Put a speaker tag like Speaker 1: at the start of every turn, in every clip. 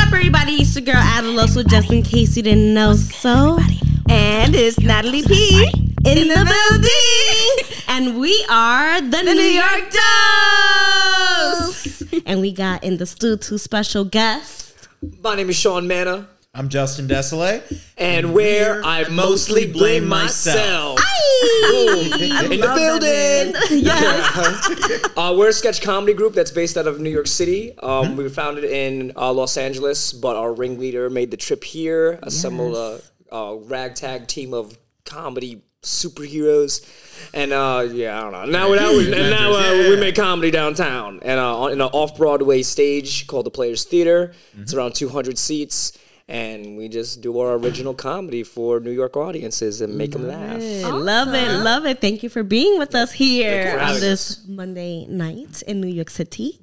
Speaker 1: everybody. It's your girl Adeloso, just in case you didn't know. so, and it's Natalie P in the building, and we are the, New York Dolls. and we got in the studio two special guests.
Speaker 2: My name is Sean Manna,
Speaker 3: I'm Justin Desolé.
Speaker 2: and where I mostly blame myself. In the building. Uh, we're a sketch comedy group that's based out of New York City. Um, We were founded in uh, Los Angeles, but our ringleader made the trip here, assembled a uh, ragtag team of comedy superheroes. And uh, yeah, I don't know. Now, now, we, and now uh, we make comedy downtown and uh, on- in an off Broadway stage called the Players Theater. It's around 200 seats. And we just do our original comedy for New York audiences and make them laugh.
Speaker 1: I Love it, love it. Thank you for being with us here
Speaker 2: for
Speaker 1: on
Speaker 2: having
Speaker 1: this Monday night in New York City.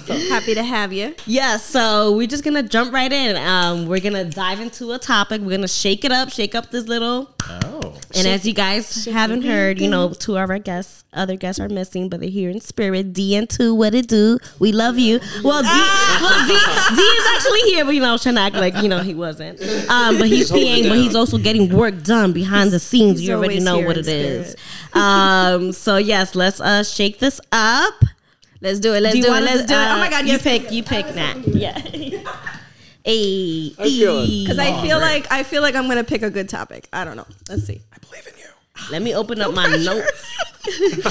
Speaker 4: Happy to have you.
Speaker 1: Yes, so we're just gonna jump right in. Um, we're gonna dive into a topic. We're gonna shake it up, shake up this little
Speaker 3: Oh.
Speaker 1: And as you guys haven't heard, you know, two of our guests, other guests are missing, but they're here in spirit. D and two, what it do? We love you. Well, D,
Speaker 4: Ah!
Speaker 1: well, D, D is actually here, but you know, I was trying to act like you know he wasn't. Um, but he's
Speaker 2: holding
Speaker 1: being, but
Speaker 2: down.
Speaker 1: he's also getting work done behind the scenes.
Speaker 4: he's
Speaker 1: You already
Speaker 4: always
Speaker 1: know
Speaker 4: here
Speaker 1: what
Speaker 4: in
Speaker 1: it is. Um, so yes, let's uh shake this up.
Speaker 4: Let's do it. Let's
Speaker 1: Do you
Speaker 4: do it.
Speaker 1: wanna
Speaker 4: Let's
Speaker 1: do-
Speaker 4: do it.
Speaker 1: uh,
Speaker 4: Oh my God,
Speaker 1: you
Speaker 4: yes.
Speaker 1: pick, you pick, Nat. Yeah. Hey,
Speaker 2: How you feeling?
Speaker 4: Because I feel
Speaker 3: great.
Speaker 4: like I feel like I'm gonna pick a good topic. I don't know. Let's see.
Speaker 1: let me open up my notes.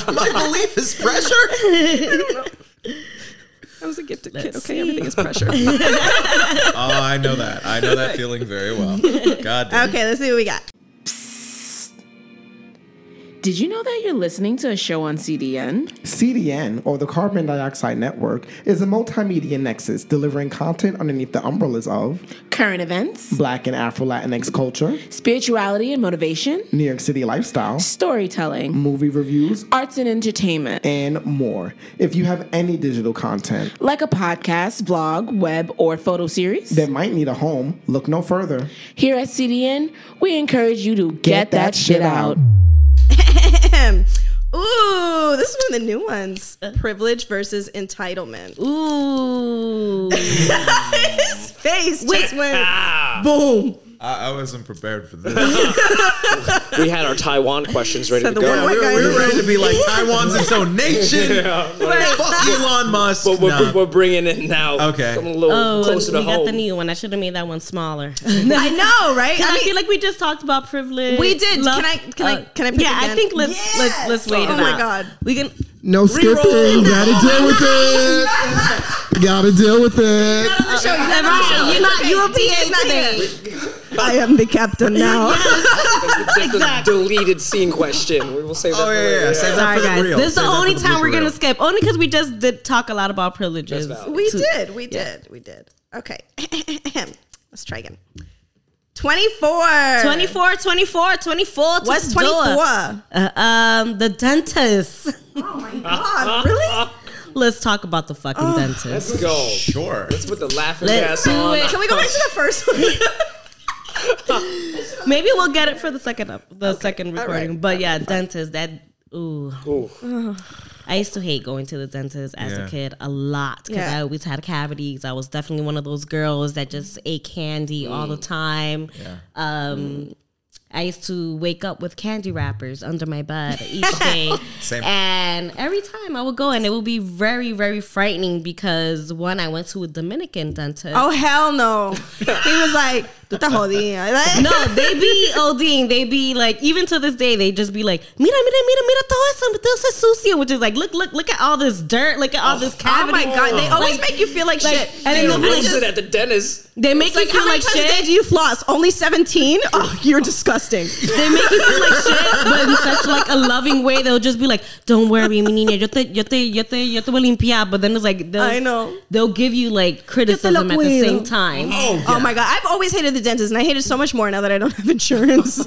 Speaker 3: My belief is pressure.
Speaker 4: I was a gifted kid.
Speaker 1: Let's
Speaker 4: Okay,
Speaker 1: see.
Speaker 4: everything is pressure.
Speaker 3: Oh, I know that. I know that feeling very well. God damn.
Speaker 4: okay, let's see what we got.
Speaker 5: Did you know that you're listening to a show on CDN?
Speaker 6: CDN, or the Carbon Dioxide Network, is a multimedia nexus delivering content underneath the umbrellas of
Speaker 5: Current events,
Speaker 6: Black and Afro Latinx culture,
Speaker 5: spirituality and motivation,
Speaker 6: New York City lifestyle,
Speaker 5: storytelling,
Speaker 6: movie reviews,
Speaker 5: arts and entertainment.
Speaker 6: and more. If you have any digital content
Speaker 5: Like a podcast, vlog, web, or photo series?
Speaker 6: that might need a home, look no further.
Speaker 5: Here at CDN, we encourage you to get, that, shit out.
Speaker 4: Ahem. Ooh, this is one of the new ones.
Speaker 1: Uh.
Speaker 4: Privilege versus entitlement. Ooh,
Speaker 1: Ooh.
Speaker 4: his face just went boom.
Speaker 3: I, I wasn't prepared for this.
Speaker 2: We had our Taiwan questions ready to
Speaker 4: Said the
Speaker 2: go.
Speaker 4: word.
Speaker 3: Yeah, we, were, we were ready to be like Taiwan's its own nation. Fuck Elon Musk.
Speaker 2: But we're,
Speaker 3: Nah.
Speaker 2: we're bringing it now.
Speaker 3: Okay.
Speaker 2: Come a little
Speaker 1: Oh,
Speaker 2: closer to
Speaker 1: we got
Speaker 2: home.
Speaker 1: the new one. I should have made that one smaller.
Speaker 4: I know, right?
Speaker 1: I,
Speaker 4: I mean,
Speaker 1: feel like we just talked about privilege.
Speaker 4: We did.
Speaker 1: love- Uh,
Speaker 4: Can I- can I- can I pick
Speaker 1: yeah, I
Speaker 4: again?
Speaker 1: think let's let's let's wait.
Speaker 4: Oh
Speaker 1: it
Speaker 4: my
Speaker 1: out.
Speaker 4: God.
Speaker 1: we can.
Speaker 6: No skipping, gotta deal with it. gotta deal with it.
Speaker 4: on the show. You're not on the show.
Speaker 1: Right, you're not
Speaker 4: Okay,
Speaker 1: you a
Speaker 4: Dee
Speaker 1: PA
Speaker 4: is not
Speaker 1: today.
Speaker 4: here. I am the captain now.
Speaker 2: Just the deleted scene question. We will save that
Speaker 3: Oh,
Speaker 2: for
Speaker 3: yeah,
Speaker 2: later.
Speaker 3: yeah, yeah. Save that
Speaker 1: Sorry,
Speaker 3: for the
Speaker 1: guys.
Speaker 3: real.
Speaker 1: This is the
Speaker 3: Save that for
Speaker 1: only time we're
Speaker 3: blooper
Speaker 1: gonna
Speaker 3: reel.
Speaker 1: skip, only because we just did talk a lot about privileges.
Speaker 2: That's valid.
Speaker 4: We
Speaker 1: to-
Speaker 4: did. We did. We did. Okay. Let's try again. 24.
Speaker 1: 24, 24, 24. to
Speaker 4: What's
Speaker 1: the door.
Speaker 4: 24?
Speaker 1: Uh, um, the dentist. Ah,
Speaker 4: God, really?
Speaker 1: Let's talk about the fucking
Speaker 4: Oh,
Speaker 1: dentist.
Speaker 2: Let's go.
Speaker 3: Oh, Sure.
Speaker 2: Let's put the laughing
Speaker 1: Let's
Speaker 2: gas
Speaker 1: do
Speaker 2: on.
Speaker 1: it.
Speaker 4: Can we go back to
Speaker 1: ah.
Speaker 4: the first one?
Speaker 1: Maybe we'll get it for the second up, the second
Speaker 4: right.
Speaker 1: recording. But yeah, dentist. That ooh. I used to hate going to the dentist as
Speaker 3: Yeah.
Speaker 1: a kid a lot because
Speaker 4: Yeah.
Speaker 1: I always had cavities. I was definitely one of those girls that just ate candy all the time. Um, I used to wake up with candy wrappers under my bed each day.
Speaker 3: Same.
Speaker 1: And every time I would go, and it would be very, very frightening because one, I went to a Dominican dentist.
Speaker 4: Oh, hell no. He was like, tú estás jodida. Like,
Speaker 1: No, they be ODing. E. They be like, even to this day, they just be like, mira, mira, mira, mira, todo eso, todo eso es sucio, which is like, look, look, look at all this dirt, look at all this
Speaker 4: Oh
Speaker 1: cavity.
Speaker 4: my God. They always
Speaker 1: Like-
Speaker 4: make you feel like,
Speaker 1: like-
Speaker 4: shit.
Speaker 1: and then
Speaker 2: You
Speaker 1: they'll be
Speaker 2: know, I
Speaker 1: like,
Speaker 2: sit at the dentist.
Speaker 1: they make you
Speaker 4: like,
Speaker 1: feel
Speaker 4: how many
Speaker 1: like
Speaker 4: times a day
Speaker 1: shit.
Speaker 4: do you floss? Only 17? Oh, you're disgusting.
Speaker 1: they make you feel like shit, but in such like a loving way. They'll just be like, "Don't worry, mi niña, yo te, yo te, yo te, yo te voy a limpiar." But then it's like, they'll,
Speaker 4: I know.
Speaker 1: they'll give you like criticism at the
Speaker 4: cuido.
Speaker 1: same time.
Speaker 4: Oh, my God. I've always hated the dentist, and I hate it so much more now that I don't have insurance.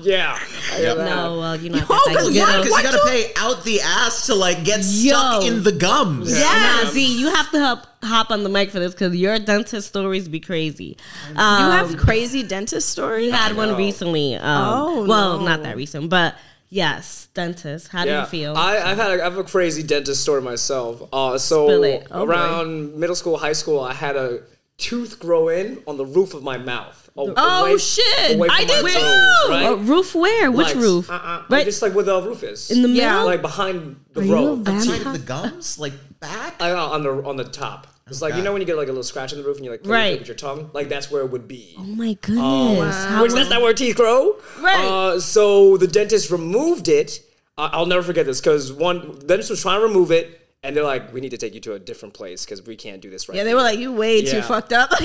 Speaker 2: Yeah. yeah.
Speaker 1: No, well, you know, I
Speaker 4: Oh,
Speaker 1: guess I
Speaker 4: but
Speaker 1: get
Speaker 4: why-
Speaker 1: it.
Speaker 3: Because
Speaker 4: What
Speaker 3: you gotta
Speaker 4: do-
Speaker 3: pay out the ass to like get stuck
Speaker 1: Yo.
Speaker 3: in the gums.
Speaker 1: Yeah,
Speaker 4: Yes.
Speaker 1: Z, you have to help hop on the mic for this because your dentist stories be crazy. Um,
Speaker 4: you have crazy dentist stories?
Speaker 1: we had one recently. Um,
Speaker 4: Oh,
Speaker 1: well,
Speaker 4: no.
Speaker 1: not that recent, but yes, dentist. How do
Speaker 2: Yeah.
Speaker 1: you feel?
Speaker 2: I, I've had a, I have a crazy dentist story myself. Uh,
Speaker 1: Spill
Speaker 2: so
Speaker 1: it. Oh, boy.
Speaker 2: around middle school, high school, I had a tooth grow in on the roof of my mouth. Oh,
Speaker 7: Oh,
Speaker 2: away-
Speaker 7: shit.
Speaker 2: away from
Speaker 7: I
Speaker 2: my
Speaker 7: did
Speaker 2: toes,
Speaker 7: too.
Speaker 2: right?
Speaker 1: A roof where? Which
Speaker 2: Like,
Speaker 1: roof?
Speaker 2: Uh-uh.
Speaker 1: Right-
Speaker 2: Just like where the roof is.
Speaker 1: In the
Speaker 7: Yeah.
Speaker 1: middle?
Speaker 2: like behind the
Speaker 1: Are you a
Speaker 2: row.
Speaker 3: Inside of
Speaker 1: vampire?
Speaker 3: the gums, like back.
Speaker 2: I, uh, on the on the top. It's like you know when you get like a little scratch in the roof and you're like
Speaker 1: Right.
Speaker 2: right. with your tongue, like that's where it would be.
Speaker 1: Oh my goodness. How
Speaker 2: Which that's not where teeth grow.
Speaker 7: Right.
Speaker 2: Uh, so the dentist removed it. I I'll never forget this because one the dentist was trying to remove it, and they're like, "We need to take you to a different place because we can't do this right."
Speaker 4: Yeah, they were like, you way too
Speaker 2: Yeah. Mm.
Speaker 4: fucked up.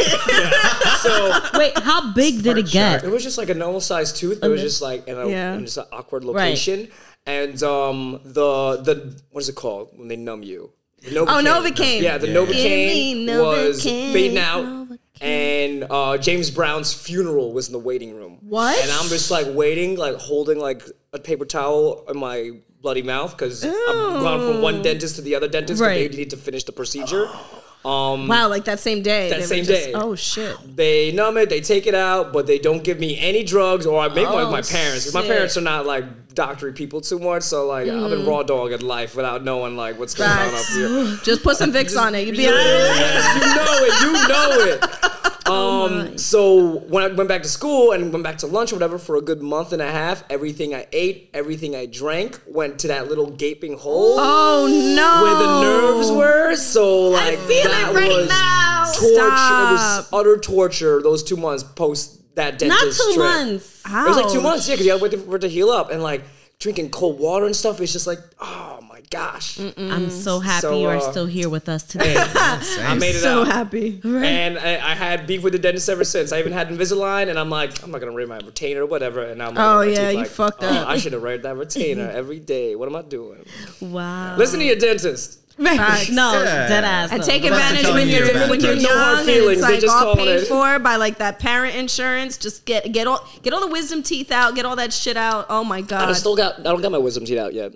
Speaker 2: so
Speaker 1: Wait, how big did it get?
Speaker 2: It was just like a normal sized tooth, but it was just like in, a,
Speaker 4: Yeah.
Speaker 2: in just an awkward location. And um, the the what is it called when they numb you? The Novocaine.
Speaker 4: Oh, Novocaine.
Speaker 2: Yeah, the
Speaker 4: Give
Speaker 2: Novocaine
Speaker 4: me
Speaker 2: was
Speaker 4: Novocaine.
Speaker 2: fading out. And uh, James Brown's funeral was in the waiting room.
Speaker 4: What?
Speaker 2: And I'm just like waiting, like holding like a paper towel in my bloody mouth because I've gone from
Speaker 4: Oh.
Speaker 2: one dentist to the other dentist. 'cause
Speaker 1: Right.
Speaker 2: They need to finish the procedure.
Speaker 4: wow, like that same day.
Speaker 2: That
Speaker 4: they were
Speaker 2: same
Speaker 4: just-
Speaker 2: day.
Speaker 4: Oh shit.
Speaker 2: they numb it, they take it out, but they don't give me any drugs, or I make one with
Speaker 4: Oh,
Speaker 2: my parents. 'cause My parents are not like doctory people too much, so like I've been raw dogging life without knowing like what's going on up
Speaker 4: Mm. Facts.
Speaker 2: here.
Speaker 4: Just put some Vicks on it. You'd be like,
Speaker 2: Yes, you know it, you know it.
Speaker 4: Oh
Speaker 2: Um, so when I went back to school and went back to lunch or whatever for a good month and a half, everything I ate, everything I drank went to that little gaping hole
Speaker 4: oh no.
Speaker 2: where the nerves were. So like
Speaker 4: Oh. feel it
Speaker 2: that
Speaker 4: right
Speaker 2: was
Speaker 4: now.
Speaker 2: torture.
Speaker 4: Stop.
Speaker 2: It was utter torture. Those two months post that
Speaker 1: Not
Speaker 2: dentist
Speaker 1: two
Speaker 2: trip.
Speaker 1: months.
Speaker 2: It was like two months, yeah, because you had to wait to- for it to heal up and like drinking cold water and stuff. It's just like, oh my gosh,
Speaker 1: I'm so happy
Speaker 2: Mm-hmm. So,
Speaker 1: you are
Speaker 2: uh,
Speaker 1: still here with us today.
Speaker 2: I made it
Speaker 4: So
Speaker 2: out.
Speaker 4: happy.
Speaker 2: And I, I had beef with the dentist ever since. I even had Invisalign, and I'm like, I'm not gonna read my retainer or whatever. And I'm like,
Speaker 4: Oh,
Speaker 2: my teeth
Speaker 4: yeah, you
Speaker 2: like,
Speaker 4: fucked
Speaker 2: oh,
Speaker 4: up.
Speaker 2: I should have read that retainer every day. What am I doing?
Speaker 1: wow.
Speaker 2: Listen to your dentist.
Speaker 4: Facts.
Speaker 1: No,
Speaker 3: Yeah.
Speaker 1: dead ass.
Speaker 4: And
Speaker 1: though.
Speaker 4: take
Speaker 3: That's
Speaker 4: advantage
Speaker 3: the
Speaker 4: when
Speaker 3: telling
Speaker 4: you're
Speaker 3: you about
Speaker 4: when
Speaker 3: it.
Speaker 4: you're
Speaker 2: No hard
Speaker 4: young and
Speaker 2: feelings,
Speaker 4: it's
Speaker 2: they
Speaker 4: like
Speaker 2: just
Speaker 4: all
Speaker 2: call
Speaker 4: paid
Speaker 2: it.
Speaker 4: for by like that parent insurance. Just get get all get all the wisdom teeth out, get all that shit out. Oh my
Speaker 2: I
Speaker 4: god.
Speaker 2: still got. I don't got my wisdom teeth out yet.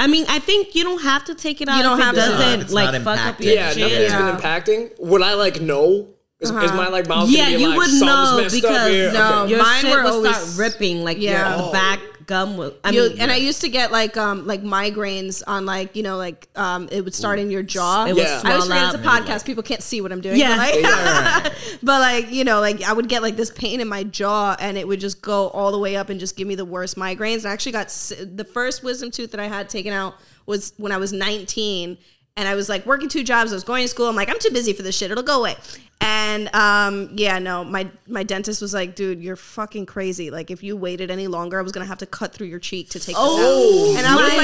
Speaker 1: I mean, I think you don't have to take it out.
Speaker 4: You don't
Speaker 1: if
Speaker 4: have
Speaker 1: it
Speaker 4: to.
Speaker 1: doesn't
Speaker 3: It's
Speaker 1: like
Speaker 3: not
Speaker 1: fuck up
Speaker 3: impacted.
Speaker 1: your
Speaker 2: Yeah,
Speaker 1: chin.
Speaker 2: nothing's
Speaker 4: Yeah. Uh-huh.
Speaker 2: been impacting. Would I like know? Is, is my like mouth?
Speaker 1: Yeah,
Speaker 2: gonna be,
Speaker 1: you
Speaker 2: like,
Speaker 1: would
Speaker 2: something's
Speaker 1: know
Speaker 2: messed up
Speaker 1: because
Speaker 2: here? Oh.
Speaker 4: No.
Speaker 1: your
Speaker 4: Mine
Speaker 1: shit
Speaker 4: were
Speaker 1: would
Speaker 4: always-
Speaker 1: start ripping. Like
Speaker 4: Yeah.
Speaker 1: your back gum will. I
Speaker 4: You-
Speaker 1: mean,
Speaker 4: and I used to get like um like migraines on like you know like um it would start in your jaw.
Speaker 1: It
Speaker 2: would Yeah.
Speaker 4: I always
Speaker 1: swell
Speaker 4: forget it's a
Speaker 1: up.
Speaker 4: podcast. People can't see what I'm doing.
Speaker 1: Yeah.
Speaker 4: Yeah. But like,
Speaker 3: Yeah.
Speaker 4: but like you know like I would get like this pain in my jaw and it would just go all the way up and just give me the worst migraines. And I actually got s- the first wisdom tooth that I had taken out was when I was 19 and I was like working two jobs. I was going to school. I'm like I'm too busy for this shit. It'll go away. And um, yeah, no, my my dentist was like, dude, you're fucking crazy. Like, if you waited any longer, I was gonna have to cut through your cheek to take
Speaker 2: Oh,
Speaker 4: this out. And I was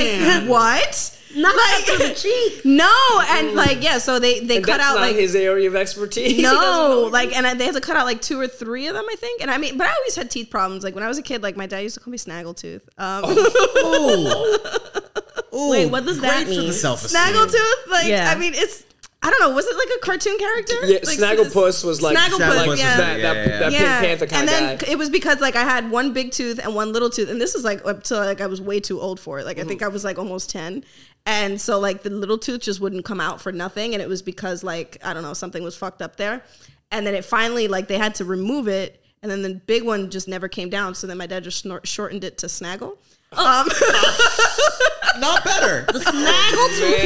Speaker 4: like, what?
Speaker 1: Not
Speaker 4: like,
Speaker 1: up to the cheek.
Speaker 4: No, and like, yeah, so they they
Speaker 2: And
Speaker 4: cut
Speaker 2: that's
Speaker 4: out
Speaker 2: not
Speaker 4: like
Speaker 2: his area of expertise. He doesn't
Speaker 4: no,
Speaker 2: know.
Speaker 4: like, and I, they had to cut out like two or three of them, I think. And I mean, but I always had teeth problems. Like when I was a kid, like my dad used to call me Snaggletooth. Um,
Speaker 1: Wait, what does that
Speaker 3: Great for
Speaker 1: mean?
Speaker 3: the
Speaker 2: Oh,
Speaker 3: self-esteem.
Speaker 4: Snaggletooth, like
Speaker 1: Yeah.
Speaker 4: I mean, it's I don't know, was it like a cartoon character?
Speaker 2: Yeah,
Speaker 4: Like,
Speaker 2: Snagglepuss was like
Speaker 4: Snagglepuss,
Speaker 3: Snagglepuss was
Speaker 4: yeah.
Speaker 2: that, that,
Speaker 3: Yeah,
Speaker 2: that
Speaker 4: yeah.
Speaker 2: Pink Panther kind
Speaker 4: and
Speaker 2: of
Speaker 4: then
Speaker 2: guy.
Speaker 4: it was because like I had one big tooth and one little tooth, and this is like up to like I was way too old for it. Like I think I was like almost ten, and so like the little tooth just wouldn't come out for nothing, and it was because like I don't know something was fucked up there, and then it finally like they had to remove it, and then the big one just never came down. So then my dad just snor- shortened it to Snaggle.
Speaker 3: Not
Speaker 4: Um,
Speaker 3: better.
Speaker 4: not better.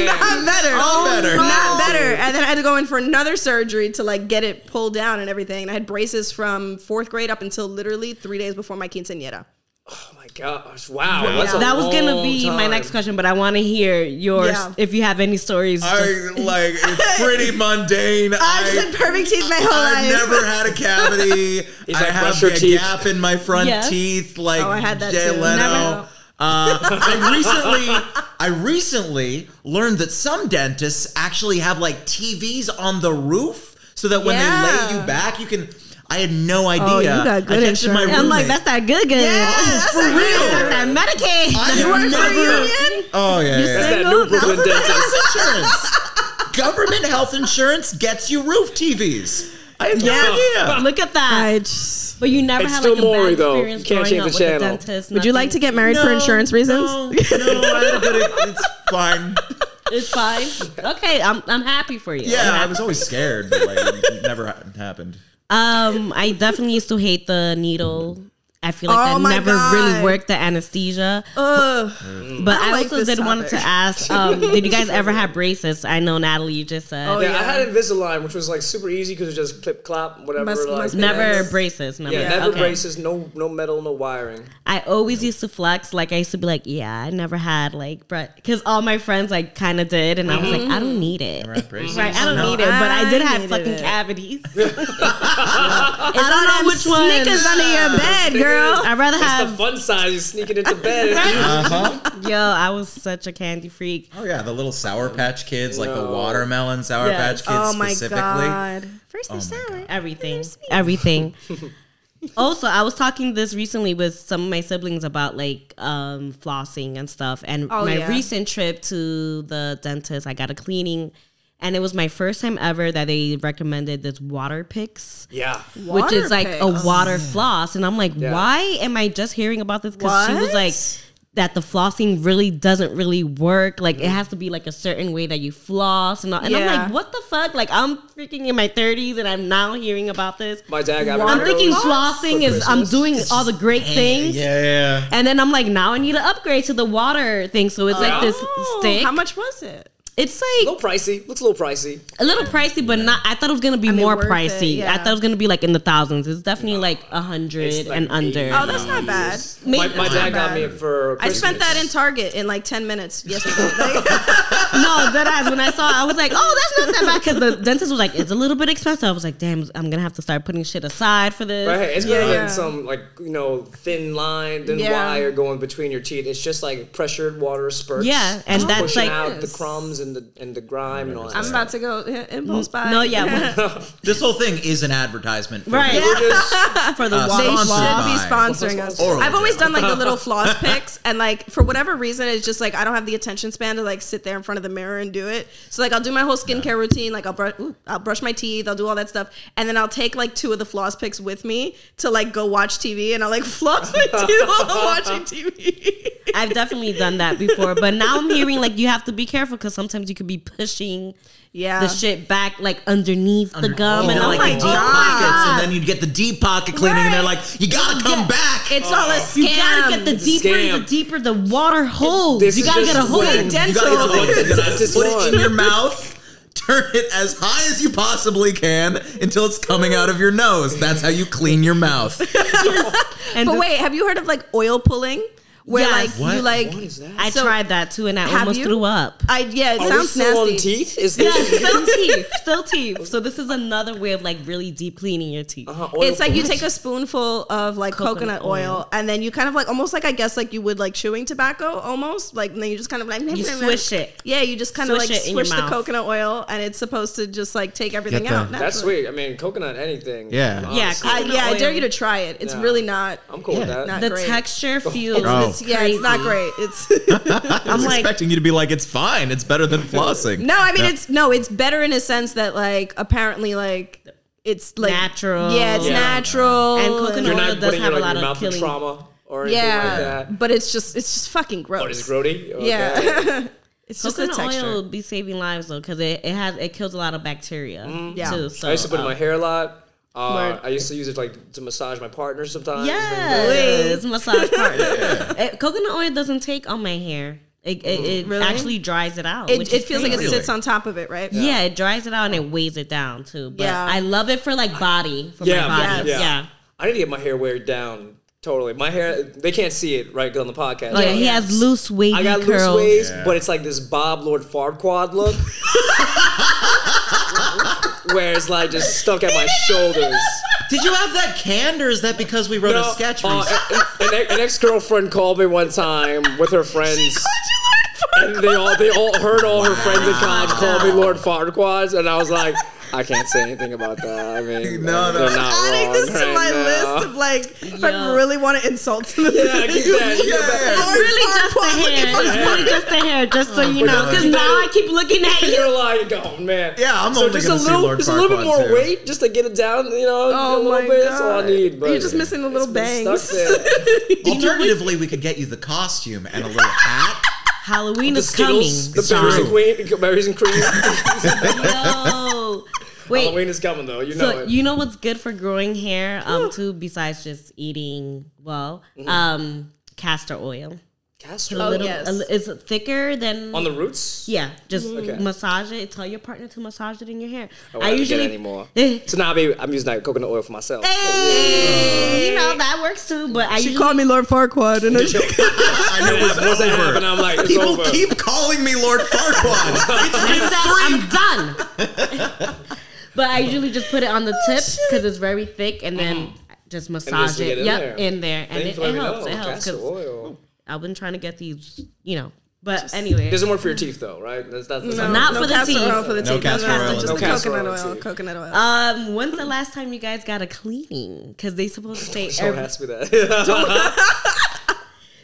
Speaker 3: Not better.
Speaker 4: Not better. And then I had to go in for another surgery to like get it pulled down and everything. And I had braces from fourth grade up until literally three days before my quinceanera.
Speaker 2: oh my gosh! Wow, that's a
Speaker 1: That was gonna
Speaker 2: long
Speaker 1: be my
Speaker 2: time.
Speaker 1: next question, but I want to hear yours
Speaker 4: Yeah.
Speaker 1: if you have any stories.
Speaker 3: I
Speaker 1: just-
Speaker 3: like it's pretty mundane.
Speaker 4: I've
Speaker 3: I,
Speaker 4: had perfect teeth my whole
Speaker 3: I've
Speaker 4: life.
Speaker 3: never had a cavity. I
Speaker 2: like,
Speaker 3: have
Speaker 2: brush your
Speaker 3: a
Speaker 2: teeth.
Speaker 3: gap in my front
Speaker 1: Yes.
Speaker 3: teeth, like
Speaker 4: Oh, I had that
Speaker 3: Jay
Speaker 4: too.
Speaker 3: Leno.
Speaker 4: Never.
Speaker 3: Uh, I recently, I recently learned that some dentists actually have like TVs on the roof, so that when
Speaker 4: Yeah. Oh,
Speaker 3: they lay you back, you can. I had no idea.
Speaker 4: you got good
Speaker 3: I texted my
Speaker 4: insurance.
Speaker 3: roommate.
Speaker 1: I'm like, that's that good, good.
Speaker 4: that's for real.
Speaker 1: That Medicaid.
Speaker 3: I have never. Oh yeah, yeah, yeah.
Speaker 2: That's that new Brooklyn dentist.
Speaker 3: health insurance. Government health insurance gets you roof TVs. I have no idea.
Speaker 1: Look at that.
Speaker 4: just.
Speaker 1: but you never
Speaker 2: It's
Speaker 1: had
Speaker 2: still
Speaker 1: like a
Speaker 2: Maury,
Speaker 1: bad
Speaker 2: though.
Speaker 1: experience
Speaker 2: You can't
Speaker 1: growing
Speaker 2: change
Speaker 1: up
Speaker 2: the
Speaker 1: with a
Speaker 2: channel.
Speaker 1: dentist.
Speaker 4: Would you like to get married for insurance reasons?
Speaker 3: No, no, I had a good. It's fine.
Speaker 1: It's fine. Okay, I'm I'm happy for you.
Speaker 3: Yeah, I was always scared, but like, it never ha- happened.
Speaker 1: Um, I definitely used to hate the needle I feel like
Speaker 4: Oh
Speaker 1: that
Speaker 4: my
Speaker 1: never
Speaker 4: God.
Speaker 1: really worked the anesthesia.
Speaker 4: Ugh.
Speaker 1: But I,
Speaker 4: like
Speaker 1: also
Speaker 4: this
Speaker 1: did wanted to
Speaker 4: topic.
Speaker 1: ask: um, Did you guys ever have braces? I know Natalie, you just said
Speaker 4: Oh,
Speaker 2: Yeah, I
Speaker 4: yeah.
Speaker 2: had Invisalign, which was like super easy because it was just clip clop, whatever.
Speaker 4: Must-
Speaker 2: like,
Speaker 4: must be
Speaker 1: never
Speaker 4: Yes.
Speaker 1: braces. Never,
Speaker 2: Yeah, never
Speaker 1: okay.
Speaker 2: braces, no no metal, no wiring.
Speaker 1: I always used to flex. Like I used to be like, yeah, I never had like, but because all my friends like kind of did, and I was
Speaker 4: Mm-hmm.
Speaker 1: like, I don't need it. Right, I don't need it, but I did
Speaker 4: I
Speaker 1: have
Speaker 4: needed
Speaker 1: fucking
Speaker 4: it.
Speaker 1: cavities. I
Speaker 4: I don't know which one. Snickers under your bed, girl.
Speaker 1: I'd rather
Speaker 2: the
Speaker 1: have
Speaker 2: fun size, you sneaking into bed.
Speaker 3: Uh-huh.
Speaker 1: yo. I was such a candy freak.
Speaker 3: Oh yeah, the little Sour Patch Kids, like the
Speaker 2: No.
Speaker 3: watermelon Sour
Speaker 1: Yes.
Speaker 3: Patch Kids
Speaker 4: Oh my
Speaker 3: specifically. Oh
Speaker 4: god.
Speaker 1: First they're sour. Everything. Everything. also, I was talking this recently with some of my siblings about like um, flossing and stuff. And
Speaker 4: Oh,
Speaker 1: my
Speaker 4: yeah.
Speaker 1: recent trip to the dentist, I got a cleaning. And it was my first time ever that they recommended this water picks,
Speaker 2: Yeah.
Speaker 1: which is
Speaker 4: Water
Speaker 1: like
Speaker 4: Picks.
Speaker 1: a water floss. And I'm like,
Speaker 2: Yeah.
Speaker 1: why am I just hearing about this? Because she was
Speaker 4: What?
Speaker 1: like, that the flossing really doesn't really work. Like it has to be like a certain way that you floss and all. And I'm
Speaker 4: Yeah.
Speaker 1: like, what the fuck? Like I'm freaking in my 30s and I'm now hearing about this.
Speaker 2: My dad got me
Speaker 1: I'm
Speaker 2: one of
Speaker 1: thinking
Speaker 2: those.
Speaker 1: flossing is I'm doing all the great things.
Speaker 3: Yeah.
Speaker 1: And then I'm like, now I need to upgrade to the water thing. So it's like this
Speaker 4: Oh,
Speaker 1: stick.
Speaker 4: How much was it?
Speaker 1: It's
Speaker 2: A
Speaker 1: like
Speaker 2: little pricey. Looks a little pricey.
Speaker 1: a little pricey, but not. I thought it was gonna be
Speaker 4: mean,
Speaker 1: more
Speaker 4: worth it,
Speaker 1: pricey. I
Speaker 4: yeah.
Speaker 1: thought it was gonna be like in the thousands. It's definitely like a hundred
Speaker 2: It's like
Speaker 1: and under.
Speaker 4: Oh, that's not bad.
Speaker 2: My,
Speaker 1: Maybe-
Speaker 2: my dad got
Speaker 4: bad.
Speaker 2: me it for
Speaker 4: I
Speaker 2: Christmas.
Speaker 4: spent that in Target in like 10 minutes yesterday. Like,
Speaker 1: no, dead ass. When I saw, it, I was like, oh, that's not that bad. Because the dentist was like, it's a little bit expensive. I was like, damn, I'm gonna have to start putting shit aside for this.
Speaker 2: But hey, it's better
Speaker 4: Yeah.
Speaker 2: than some like you know thin line, thin
Speaker 4: Yeah.
Speaker 2: wire going between your teeth. It's just like pressured water spurts.
Speaker 1: Yeah, and
Speaker 2: Just
Speaker 1: that's
Speaker 2: pushing
Speaker 1: like-
Speaker 2: out the crumbs and the and the grime and all that.
Speaker 4: I'm
Speaker 2: stuff.
Speaker 4: about to go uh, impulse buy.
Speaker 1: No, yeah,
Speaker 3: This whole thing is an advertisement for
Speaker 1: right.
Speaker 2: We're just-
Speaker 1: For the
Speaker 3: Uh,
Speaker 1: water
Speaker 4: They should
Speaker 3: Sponsored
Speaker 4: be
Speaker 3: by-
Speaker 4: sponsoring us.
Speaker 3: Oral
Speaker 4: I've always
Speaker 3: care.
Speaker 4: done like the little floss picks, and like for whatever reason, it's just like I don't have the attention span to like sit there in front of the mirror and do it. So like I'll do my whole skincare routine, like I'll brush, ooh, I'll brush my teeth, I'll do all that stuff, and then I'll take like two of the floss picks with me to like go watch TV, and I'll like floss my teeth while I'm watching TV.
Speaker 1: I've definitely done that before, but now I'm hearing like you have to be careful because sometimes you could be pushing
Speaker 4: yeah,
Speaker 1: the shit back like underneath the gum,
Speaker 3: You
Speaker 1: and
Speaker 3: know,
Speaker 1: I'm
Speaker 3: like
Speaker 1: like,
Speaker 3: the deep
Speaker 1: oh
Speaker 3: pockets, and
Speaker 1: my god,
Speaker 3: then you'd get the deep pocket cleaning, and they're like, "You gotta come back."
Speaker 4: it's all a scam.
Speaker 1: you gotta get the
Speaker 2: a
Speaker 1: deeper, the
Speaker 2: scam.
Speaker 1: deeper the water hole.
Speaker 2: This
Speaker 1: You
Speaker 2: is
Speaker 1: gotta
Speaker 2: just
Speaker 1: get a hole.
Speaker 2: what-
Speaker 3: You
Speaker 1: It's
Speaker 3: gotta
Speaker 4: dental.
Speaker 3: get the whole thing. You gotta
Speaker 2: This
Speaker 3: put it in
Speaker 2: one.
Speaker 3: your mouth. Turn it as high as you possibly can until it's coming out of your nose. That's how you clean your mouth.
Speaker 4: But wait, have you heard of like oil pulling? Where
Speaker 1: Yes.
Speaker 4: like you
Speaker 3: What?
Speaker 4: like
Speaker 2: what is that?
Speaker 1: I
Speaker 4: So-
Speaker 1: tried that too, and I
Speaker 4: Have
Speaker 1: almost
Speaker 4: you?
Speaker 1: threw up.
Speaker 4: I yeah, it
Speaker 2: Are we
Speaker 4: sounds
Speaker 2: still
Speaker 4: nasty.
Speaker 2: on teeth? Is this?
Speaker 1: still teeth, still teeth. So this is another way of like really deep cleaning your teeth.
Speaker 2: Uh, oil
Speaker 4: It's like you
Speaker 2: pulling.
Speaker 4: take a spoonful of like
Speaker 1: Coconut
Speaker 4: coconut, oil, and then you kind of like almost like I guess like you would like chewing tobacco almost like and then you just kind of like
Speaker 1: You swish it.
Speaker 4: Yeah, you just kind of
Speaker 1: Swish
Speaker 4: like
Speaker 1: it in your
Speaker 4: swish the
Speaker 1: mouth.
Speaker 4: coconut oil, and it's supposed to just like take everything
Speaker 3: Get the-
Speaker 4: out.
Speaker 2: That's
Speaker 4: naturally.
Speaker 2: sweet. I mean, coconut, anything.
Speaker 3: Yeah.
Speaker 2: honestly.
Speaker 1: Yeah,
Speaker 4: I, yeah, I
Speaker 1: Coconut
Speaker 4: dare
Speaker 1: oil.
Speaker 4: you to try it. It's
Speaker 2: Yeah.
Speaker 4: really not.
Speaker 2: I'm cool
Speaker 3: Yeah.
Speaker 2: with that.
Speaker 4: Not
Speaker 1: The
Speaker 4: great.
Speaker 1: texture feels.
Speaker 3: Oh.
Speaker 4: It's, yeah, it's not great. It's
Speaker 3: I was
Speaker 1: like-
Speaker 3: expecting you to be like, "It's fine. It's better than flossing."
Speaker 4: no, I mean it's no, it's better in a sense that like apparently like it's like
Speaker 1: Natural.
Speaker 4: Yeah, it's
Speaker 2: Yeah.
Speaker 4: natural
Speaker 1: And coconut
Speaker 2: You're
Speaker 1: oil
Speaker 2: not
Speaker 1: does
Speaker 2: putting
Speaker 1: have
Speaker 2: your,
Speaker 1: a
Speaker 2: like,
Speaker 1: lot
Speaker 2: your
Speaker 1: of
Speaker 2: mouth
Speaker 1: killing.
Speaker 2: in trauma or anything
Speaker 4: Yeah,
Speaker 2: like that.
Speaker 4: but it's just it's just fucking gross.
Speaker 2: What is grody? Okay.
Speaker 4: Yeah, it's just the
Speaker 1: Coconut
Speaker 4: texture.
Speaker 1: oil be saving lives though, because it, it has it kills a lot of bacteria
Speaker 4: Yeah.
Speaker 1: too. So
Speaker 2: Mm-hmm. I used to put it in
Speaker 1: um,
Speaker 2: my hair a lot. Uh,
Speaker 1: Word.
Speaker 2: I used to use it like to massage my partner sometimes. uh,
Speaker 1: Yes, massage partner. It- coconut oil doesn't take on my hair. It, it, it
Speaker 2: Mm-hmm.
Speaker 4: Really?
Speaker 1: actually dries it out.
Speaker 4: It,
Speaker 1: which
Speaker 4: it
Speaker 1: is
Speaker 4: feels like it
Speaker 1: crazy.
Speaker 4: sits on top of it, right?
Speaker 1: Yeah. it dries it out and it weighs it down too. But
Speaker 4: Yeah.
Speaker 1: I love it for like body. For
Speaker 2: Yeah,
Speaker 1: my body.
Speaker 2: yeah.
Speaker 1: yeah.
Speaker 2: I need to get my hair wear down totally. My hair, they can't see it right on the podcast.
Speaker 1: Oh yeah, he has loose wavy
Speaker 2: I got
Speaker 1: curls.
Speaker 2: loose waves,
Speaker 3: Yeah.
Speaker 2: but it's like this Bob Lord Farquad look, where it's like just stuck at my shoulders.
Speaker 3: Did you have that canned, or is that because we wrote a sketch?
Speaker 2: uh,
Speaker 3: recently?
Speaker 2: an, an- an ex girlfriend called me one time with her friends. And they all they all heard all her friends in college call me Lord Farquaad, and I was like, I can't say anything about that. I mean,
Speaker 3: No,
Speaker 2: no,
Speaker 3: no.
Speaker 2: they're not
Speaker 4: Adding
Speaker 2: wrong
Speaker 4: this to
Speaker 2: right
Speaker 4: my
Speaker 2: now.
Speaker 4: list of like, if
Speaker 1: Yeah.
Speaker 4: I really want to insult somebody.
Speaker 2: Yeah, get that, get that.
Speaker 3: Yeah.
Speaker 1: Really just the hair. It's really just the hair, just
Speaker 2: Oh
Speaker 1: so you know. Because now I keep looking at
Speaker 2: And
Speaker 1: you.
Speaker 2: You're like, oh man.
Speaker 3: Yeah, I'm
Speaker 2: so
Speaker 3: only
Speaker 2: just
Speaker 3: gonna
Speaker 2: a
Speaker 3: see
Speaker 2: little,
Speaker 3: Lord
Speaker 2: just a little bit
Speaker 3: Farquaad,
Speaker 2: more
Speaker 3: too.
Speaker 2: weight, just to get it down. You know,
Speaker 4: Oh
Speaker 2: a little
Speaker 4: my
Speaker 2: bit. That's all I
Speaker 4: God.
Speaker 2: need. But
Speaker 4: You're just missing the little
Speaker 2: been
Speaker 4: bangs.
Speaker 2: Stuck there.
Speaker 3: Alternatively, we could get you the costume and a little hat.
Speaker 1: Halloween
Speaker 2: the
Speaker 1: is coming.
Speaker 2: Skittles, the berries and,
Speaker 1: Sorry.
Speaker 2: queen, berries and cream.
Speaker 1: Yo. Wait.
Speaker 2: Halloween is coming though. You know
Speaker 1: So
Speaker 2: it.
Speaker 1: you know what's good for growing hair um too besides just eating well
Speaker 2: Mm-hmm.
Speaker 1: um castor oil
Speaker 2: Castor
Speaker 1: a little
Speaker 4: yes.
Speaker 1: a li- it's thicker than
Speaker 2: on the roots.
Speaker 1: yeah just
Speaker 4: Mm-hmm.
Speaker 2: Okay.
Speaker 1: massage it tell your partner to massage it in your hair
Speaker 2: I,
Speaker 1: I usually
Speaker 2: get it anymore. so now baby, I'm using like coconut oil for myself.
Speaker 1: Hey, you know that works too but I
Speaker 4: She
Speaker 1: usually
Speaker 4: called me Lord Farquaad, and I
Speaker 3: I know it's
Speaker 2: Once that
Speaker 3: over.
Speaker 2: happened, I'm like, it's
Speaker 3: People
Speaker 2: over.
Speaker 3: keep calling me Lord Farquaad. It's
Speaker 1: I said, I'm done but I usually just put it on the
Speaker 4: Oh,
Speaker 1: tips because it's very thick and then
Speaker 2: Mm-hmm.
Speaker 1: just massage it
Speaker 2: get in
Speaker 1: yep
Speaker 2: there.
Speaker 1: in there and
Speaker 2: Thanks
Speaker 1: it,
Speaker 2: for
Speaker 1: it
Speaker 2: letting me
Speaker 1: helps
Speaker 2: know.
Speaker 1: it helps
Speaker 2: Castor
Speaker 1: 'cause
Speaker 2: oil.
Speaker 1: I've been trying to get these, you know. But anyway,
Speaker 2: It doesn't work for your teeth though, right? That's, that's, that's
Speaker 1: Not for the
Speaker 4: castor
Speaker 1: teeth.
Speaker 4: oil for the
Speaker 3: No
Speaker 4: teeth.
Speaker 3: castor oil
Speaker 4: just
Speaker 3: in
Speaker 4: the
Speaker 2: the teeth.
Speaker 4: coconut
Speaker 2: Castor oil
Speaker 4: oil.
Speaker 2: in the
Speaker 4: Coconut oil.
Speaker 1: um, when's the last time you guys got a cleaning? Because they supposed to say
Speaker 2: Don't
Speaker 1: every,
Speaker 2: ask me that.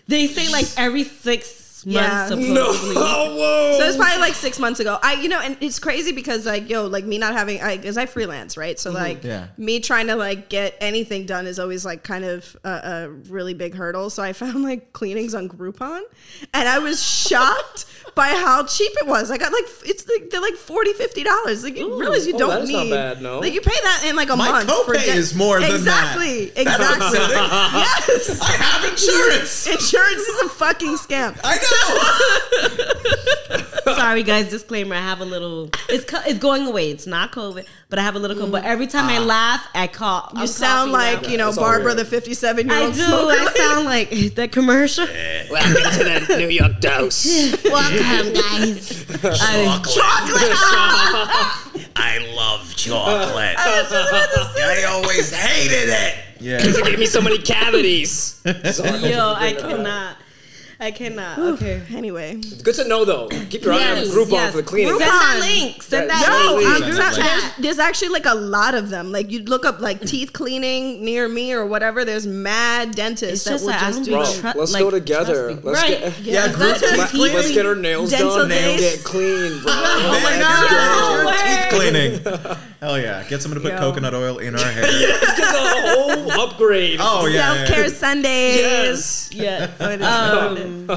Speaker 1: they say like every six
Speaker 4: Yeah.
Speaker 1: months
Speaker 2: no.
Speaker 1: supposedly.
Speaker 3: Oh,
Speaker 2: Whoa.
Speaker 4: So it's probably like six months ago. I, you know, and it's crazy because like, yo, like me not having, I, cause I freelance, right?
Speaker 2: Mm-hmm.
Speaker 4: So like,
Speaker 3: Yeah.
Speaker 4: me trying to like get anything done is always like kind of a, a really big hurdle. So I found like cleanings on Groupon, and I was shocked by how cheap it was. I got like, f- it's like they're like 40 50 dollars. Like you realize you
Speaker 2: Oh,
Speaker 4: don't
Speaker 2: that's
Speaker 4: need.
Speaker 2: not bad, no.
Speaker 4: Like you pay that in like a
Speaker 3: My
Speaker 4: month.
Speaker 3: copay
Speaker 4: de-
Speaker 3: is more than that.
Speaker 4: exactly,
Speaker 3: That's
Speaker 4: Exactly.
Speaker 3: upsetting. I
Speaker 4: yes.
Speaker 3: have insurance.
Speaker 4: Insurance is a fucking scam.
Speaker 3: I know.
Speaker 1: Sorry, guys. Disclaimer: I have a little. It's co- it's going away. It's not COVID, but I have a little cold. But every time
Speaker 2: Ah.
Speaker 1: I laugh, I cough.
Speaker 4: You sound like you know
Speaker 2: That's all
Speaker 4: Barbara,
Speaker 2: weird.
Speaker 4: the fifty-seven year
Speaker 1: I
Speaker 4: old.
Speaker 1: do. I sound like that commercial.
Speaker 2: Welcome to the New York dose.
Speaker 1: Welcome, guys. I-
Speaker 3: I love chocolate. I always hated it.
Speaker 2: It
Speaker 3: Yeah.
Speaker 2: gave me so many cavities.
Speaker 1: yo, I cannot. I cannot. Okay.
Speaker 4: Anyway,
Speaker 2: Good to know though. Keep your eye on
Speaker 1: Yes,
Speaker 2: Groupon
Speaker 1: yes.
Speaker 2: for the cleaning.
Speaker 1: Send that link. Send
Speaker 2: Yes.
Speaker 1: that
Speaker 4: no,
Speaker 1: link.
Speaker 4: I'm
Speaker 3: Sounds
Speaker 4: not,
Speaker 3: like-
Speaker 4: there's, there's actually like a lot of them. Like you look up like teeth cleaning near me or whatever. There's mad
Speaker 1: It's
Speaker 4: dentists that
Speaker 1: just
Speaker 4: will
Speaker 1: like, I
Speaker 4: just
Speaker 1: don't
Speaker 4: do
Speaker 1: be
Speaker 2: Bro,
Speaker 4: that.
Speaker 1: tru-
Speaker 2: let's
Speaker 1: like,
Speaker 2: go together.
Speaker 1: trusting.
Speaker 2: Let's
Speaker 1: Right.
Speaker 2: get,
Speaker 3: Yeah, group
Speaker 2: Let, us get our nails
Speaker 4: Dental
Speaker 2: done.
Speaker 4: days.
Speaker 2: Get clean, bro.
Speaker 4: Oh my
Speaker 3: Yeah,
Speaker 4: God.
Speaker 3: Teeth cleaning. Hell yeah. Get someone to put
Speaker 4: Yo.
Speaker 3: coconut oil in our hair.
Speaker 2: Let's get the whole upgrade.
Speaker 3: Oh, yeah. yeah,
Speaker 4: Self care
Speaker 3: yeah.
Speaker 4: Sundays.
Speaker 2: yes.
Speaker 1: Yeah.
Speaker 4: So it is-
Speaker 1: Um,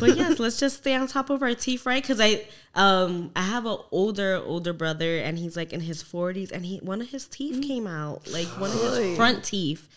Speaker 1: but yes, let's just stay on top of our teeth, right? Because I, um, I have an older older brother, and he's like in his forties, and he one of his
Speaker 4: Mm.
Speaker 1: teeth came out, like one of his front teeth,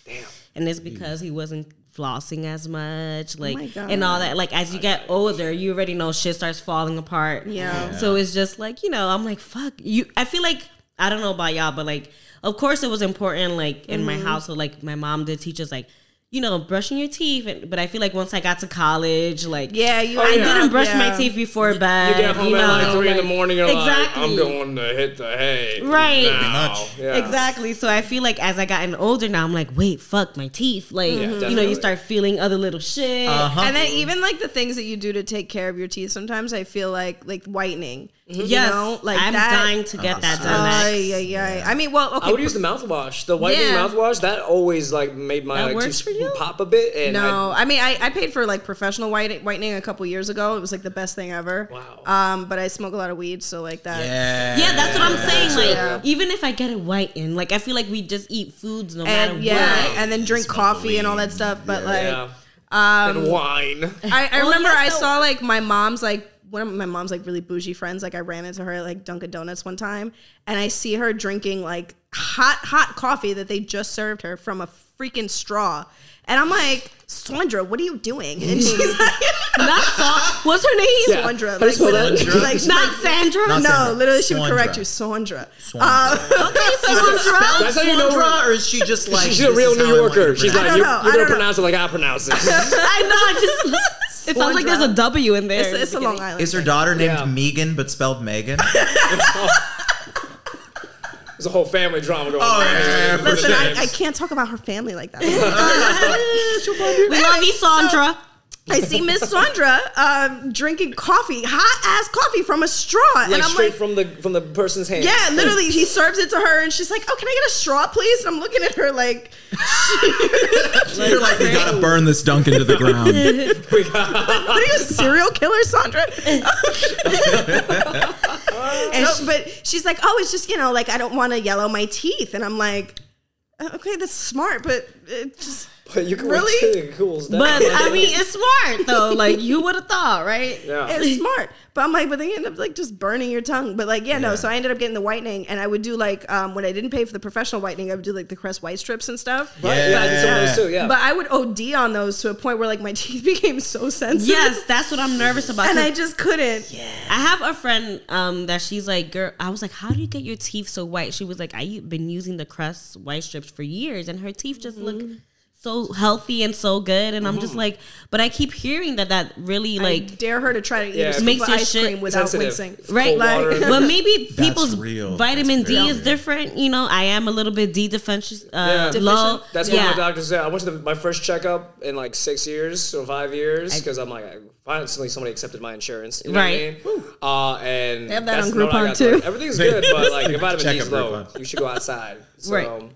Speaker 1: and it's because he wasn't flossing as much, like
Speaker 4: Oh my God.
Speaker 1: and all that. Like as you get older, you already know shit starts falling apart.
Speaker 4: Yeah. Yeah.
Speaker 1: So it's just like you know, I'm like fuck you. I feel like I don't know about y'all, but like of course it was important, like in
Speaker 2: Mm-hmm.
Speaker 1: my household, like my mom did teach us like. You know, brushing your teeth, and, but I feel like once I got to college, like
Speaker 4: yeah, you.
Speaker 1: I didn't brush
Speaker 4: yeah.
Speaker 1: my teeth before bed.
Speaker 2: You get home
Speaker 1: you
Speaker 2: at like
Speaker 1: know,
Speaker 2: three in the
Speaker 1: like-
Speaker 2: morning. You're
Speaker 1: exactly.
Speaker 2: like, I'm going to hit the hay.
Speaker 1: Right.
Speaker 2: now.
Speaker 1: Pretty
Speaker 3: much.
Speaker 2: Yeah.
Speaker 1: Exactly. So I feel like as I gotten older now, I'm like, wait, fuck my teeth. Like, you know,
Speaker 2: definitely. Uh-huh.
Speaker 1: you start feeling other little shit.
Speaker 4: And then even like the things that you do to take care of your teeth, sometimes I feel like like whitening. You
Speaker 1: Yes,
Speaker 4: know, like
Speaker 1: I'm
Speaker 4: that.
Speaker 1: dying to get that
Speaker 2: Uh-huh.
Speaker 1: done. next.
Speaker 4: Ay, ay, ay. I mean, well, okay.
Speaker 2: I would use the mouthwash, the whitening
Speaker 4: Yeah.
Speaker 2: mouthwash. That always like made
Speaker 1: That
Speaker 2: my like,
Speaker 1: works
Speaker 2: teeth
Speaker 1: for you?
Speaker 2: pop a bit. And
Speaker 4: No, I mean, I, I paid for like professional white, whitening a couple years ago. It was like the best thing ever.
Speaker 2: Wow.
Speaker 4: Um, but I smoke a lot of weed, so like that.
Speaker 3: Yeah.
Speaker 1: yeah, that's what I'm saying. Like,
Speaker 4: Yeah.
Speaker 1: even if I get it whitened, like I feel like we just eat foods no matter
Speaker 4: And yeah,
Speaker 1: what.
Speaker 4: and then drink coffee and all that stuff. But
Speaker 2: I,
Speaker 4: like,
Speaker 2: yeah. and wine.
Speaker 4: I, I remember
Speaker 1: yeah,
Speaker 4: I
Speaker 1: so-
Speaker 4: saw like my mom's like one of my mom's like really bougie friends. Like I ran into her at like Dunkin' Donuts one time, and I see her drinking like hot hot coffee that they just served her from a freaking straw, and I'm like, Sandra, what are you doing? And she's like,
Speaker 1: Not Sa- What's her name?
Speaker 2: Yeah.
Speaker 4: Sandra,
Speaker 2: How do you
Speaker 4: like,
Speaker 2: spell that?
Speaker 4: literally,
Speaker 3: Sandra?
Speaker 4: like,
Speaker 1: Not Sandra.
Speaker 3: Not
Speaker 4: no,
Speaker 3: Sandra.
Speaker 4: literally she would
Speaker 3: Sandra.
Speaker 4: correct you, Sandra.
Speaker 3: Sandra.
Speaker 4: Uh,
Speaker 2: That's how you know.
Speaker 3: Sandra, or is she just like
Speaker 2: She's a
Speaker 3: this
Speaker 2: real
Speaker 3: is
Speaker 2: New
Speaker 3: how I want
Speaker 2: Yorker.
Speaker 3: to
Speaker 2: She's
Speaker 3: pronounce
Speaker 2: like,
Speaker 4: don't
Speaker 2: you,
Speaker 4: know, I
Speaker 2: you
Speaker 4: don't
Speaker 2: don't
Speaker 4: know.
Speaker 2: pronounce it like I pronounce it.
Speaker 1: I know. I just it sounds like there's a W in there.
Speaker 4: it's, it's a Long Island.
Speaker 3: Is her daughter named
Speaker 2: Yeah.
Speaker 3: Megan but spelled Megan?
Speaker 2: There's a whole family drama going
Speaker 3: Oh,
Speaker 2: on.
Speaker 3: yeah, yeah, yeah, for
Speaker 4: Listen, I,
Speaker 3: names.
Speaker 4: I can't talk about her family like that. Uh,
Speaker 1: we love you, Sandra.
Speaker 4: I see Miss Sandra um, drinking coffee, hot ass coffee from a straw,
Speaker 2: Like
Speaker 4: and I'm
Speaker 2: straight
Speaker 4: like,
Speaker 2: from the from the person's hand.
Speaker 4: yeah, literally. He serves it to her, and she's like, "Oh, can I get a straw, please?" And I'm looking at her like,
Speaker 3: You're like, we gotta burn this Duncan to the ground.
Speaker 4: "What are you, a serial killer, Sandra?" and so- but she's like, "Oh, it's just you "Uh, know, like I don't want to yellow my teeth," and I'm like, "Okay, that's smart, but it just."
Speaker 2: But you can
Speaker 4: Really?
Speaker 2: really? cools down.
Speaker 1: But I mean, it's smart though. Like you would have thought, right?
Speaker 2: yeah.
Speaker 4: It's smart. But I'm like, but they end up like just burning your tongue. But like, yeah, no. So I ended up getting the whitening, and I would do like um, when I didn't pay for the professional whitening, I would do like the Crest white strips and stuff.
Speaker 2: Right? Yeah, I did some of those too. Yeah.
Speaker 4: But I would OD on those to a point where like my teeth became so sensitive.
Speaker 1: Yes, that's what I'm nervous about.
Speaker 4: and
Speaker 1: 'cause
Speaker 4: I just couldn't. Yeah.
Speaker 1: I have a friend um, that she's like, girl. I was like, how do you get your teeth so white? She was like, I've been using the Crest white strips for years, and her teeth just look so healthy and so good. And I'm just like, but I keep hearing that that really like
Speaker 4: dare her to try to eat
Speaker 2: Yeah.
Speaker 4: a scoop
Speaker 1: Makes
Speaker 4: of
Speaker 1: your
Speaker 4: ice
Speaker 1: shit
Speaker 4: cream without
Speaker 2: sensitive.
Speaker 4: wincing.
Speaker 1: right?
Speaker 2: Cold water.
Speaker 1: Like, but maybe
Speaker 3: That's
Speaker 1: people's
Speaker 3: real.
Speaker 1: vitamin
Speaker 3: That's
Speaker 1: D
Speaker 3: very
Speaker 1: is
Speaker 3: real.
Speaker 1: different. You know, I am a little bit D deficient.
Speaker 2: Yeah.
Speaker 1: Uh,
Speaker 2: Deficient?
Speaker 1: Low.
Speaker 2: That's
Speaker 1: yeah.
Speaker 2: what my doctor said. I went to the, my first checkup in like six years or five years because I'm like, I, finally somebody accepted my insurance. You know
Speaker 1: Right.
Speaker 2: What I mean? uh, and
Speaker 4: They have that
Speaker 2: that's
Speaker 4: on
Speaker 2: not what I
Speaker 4: Groupon,
Speaker 2: got done.
Speaker 4: too.
Speaker 2: Everything's good, but like your vitamin D's
Speaker 3: Checkup
Speaker 2: low.
Speaker 3: Groupon.
Speaker 2: You should go outside. So,
Speaker 1: Right.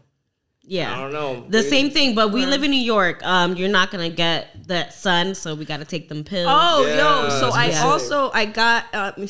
Speaker 1: Yeah.
Speaker 2: I don't know.
Speaker 1: The
Speaker 2: Maybe-
Speaker 1: same thing, but we live in New York. Um, you're not gonna get that sun, so we gotta take them pills.
Speaker 4: Oh, yo.
Speaker 2: Yeah,
Speaker 4: So I
Speaker 1: yeah.
Speaker 4: also I got. Um,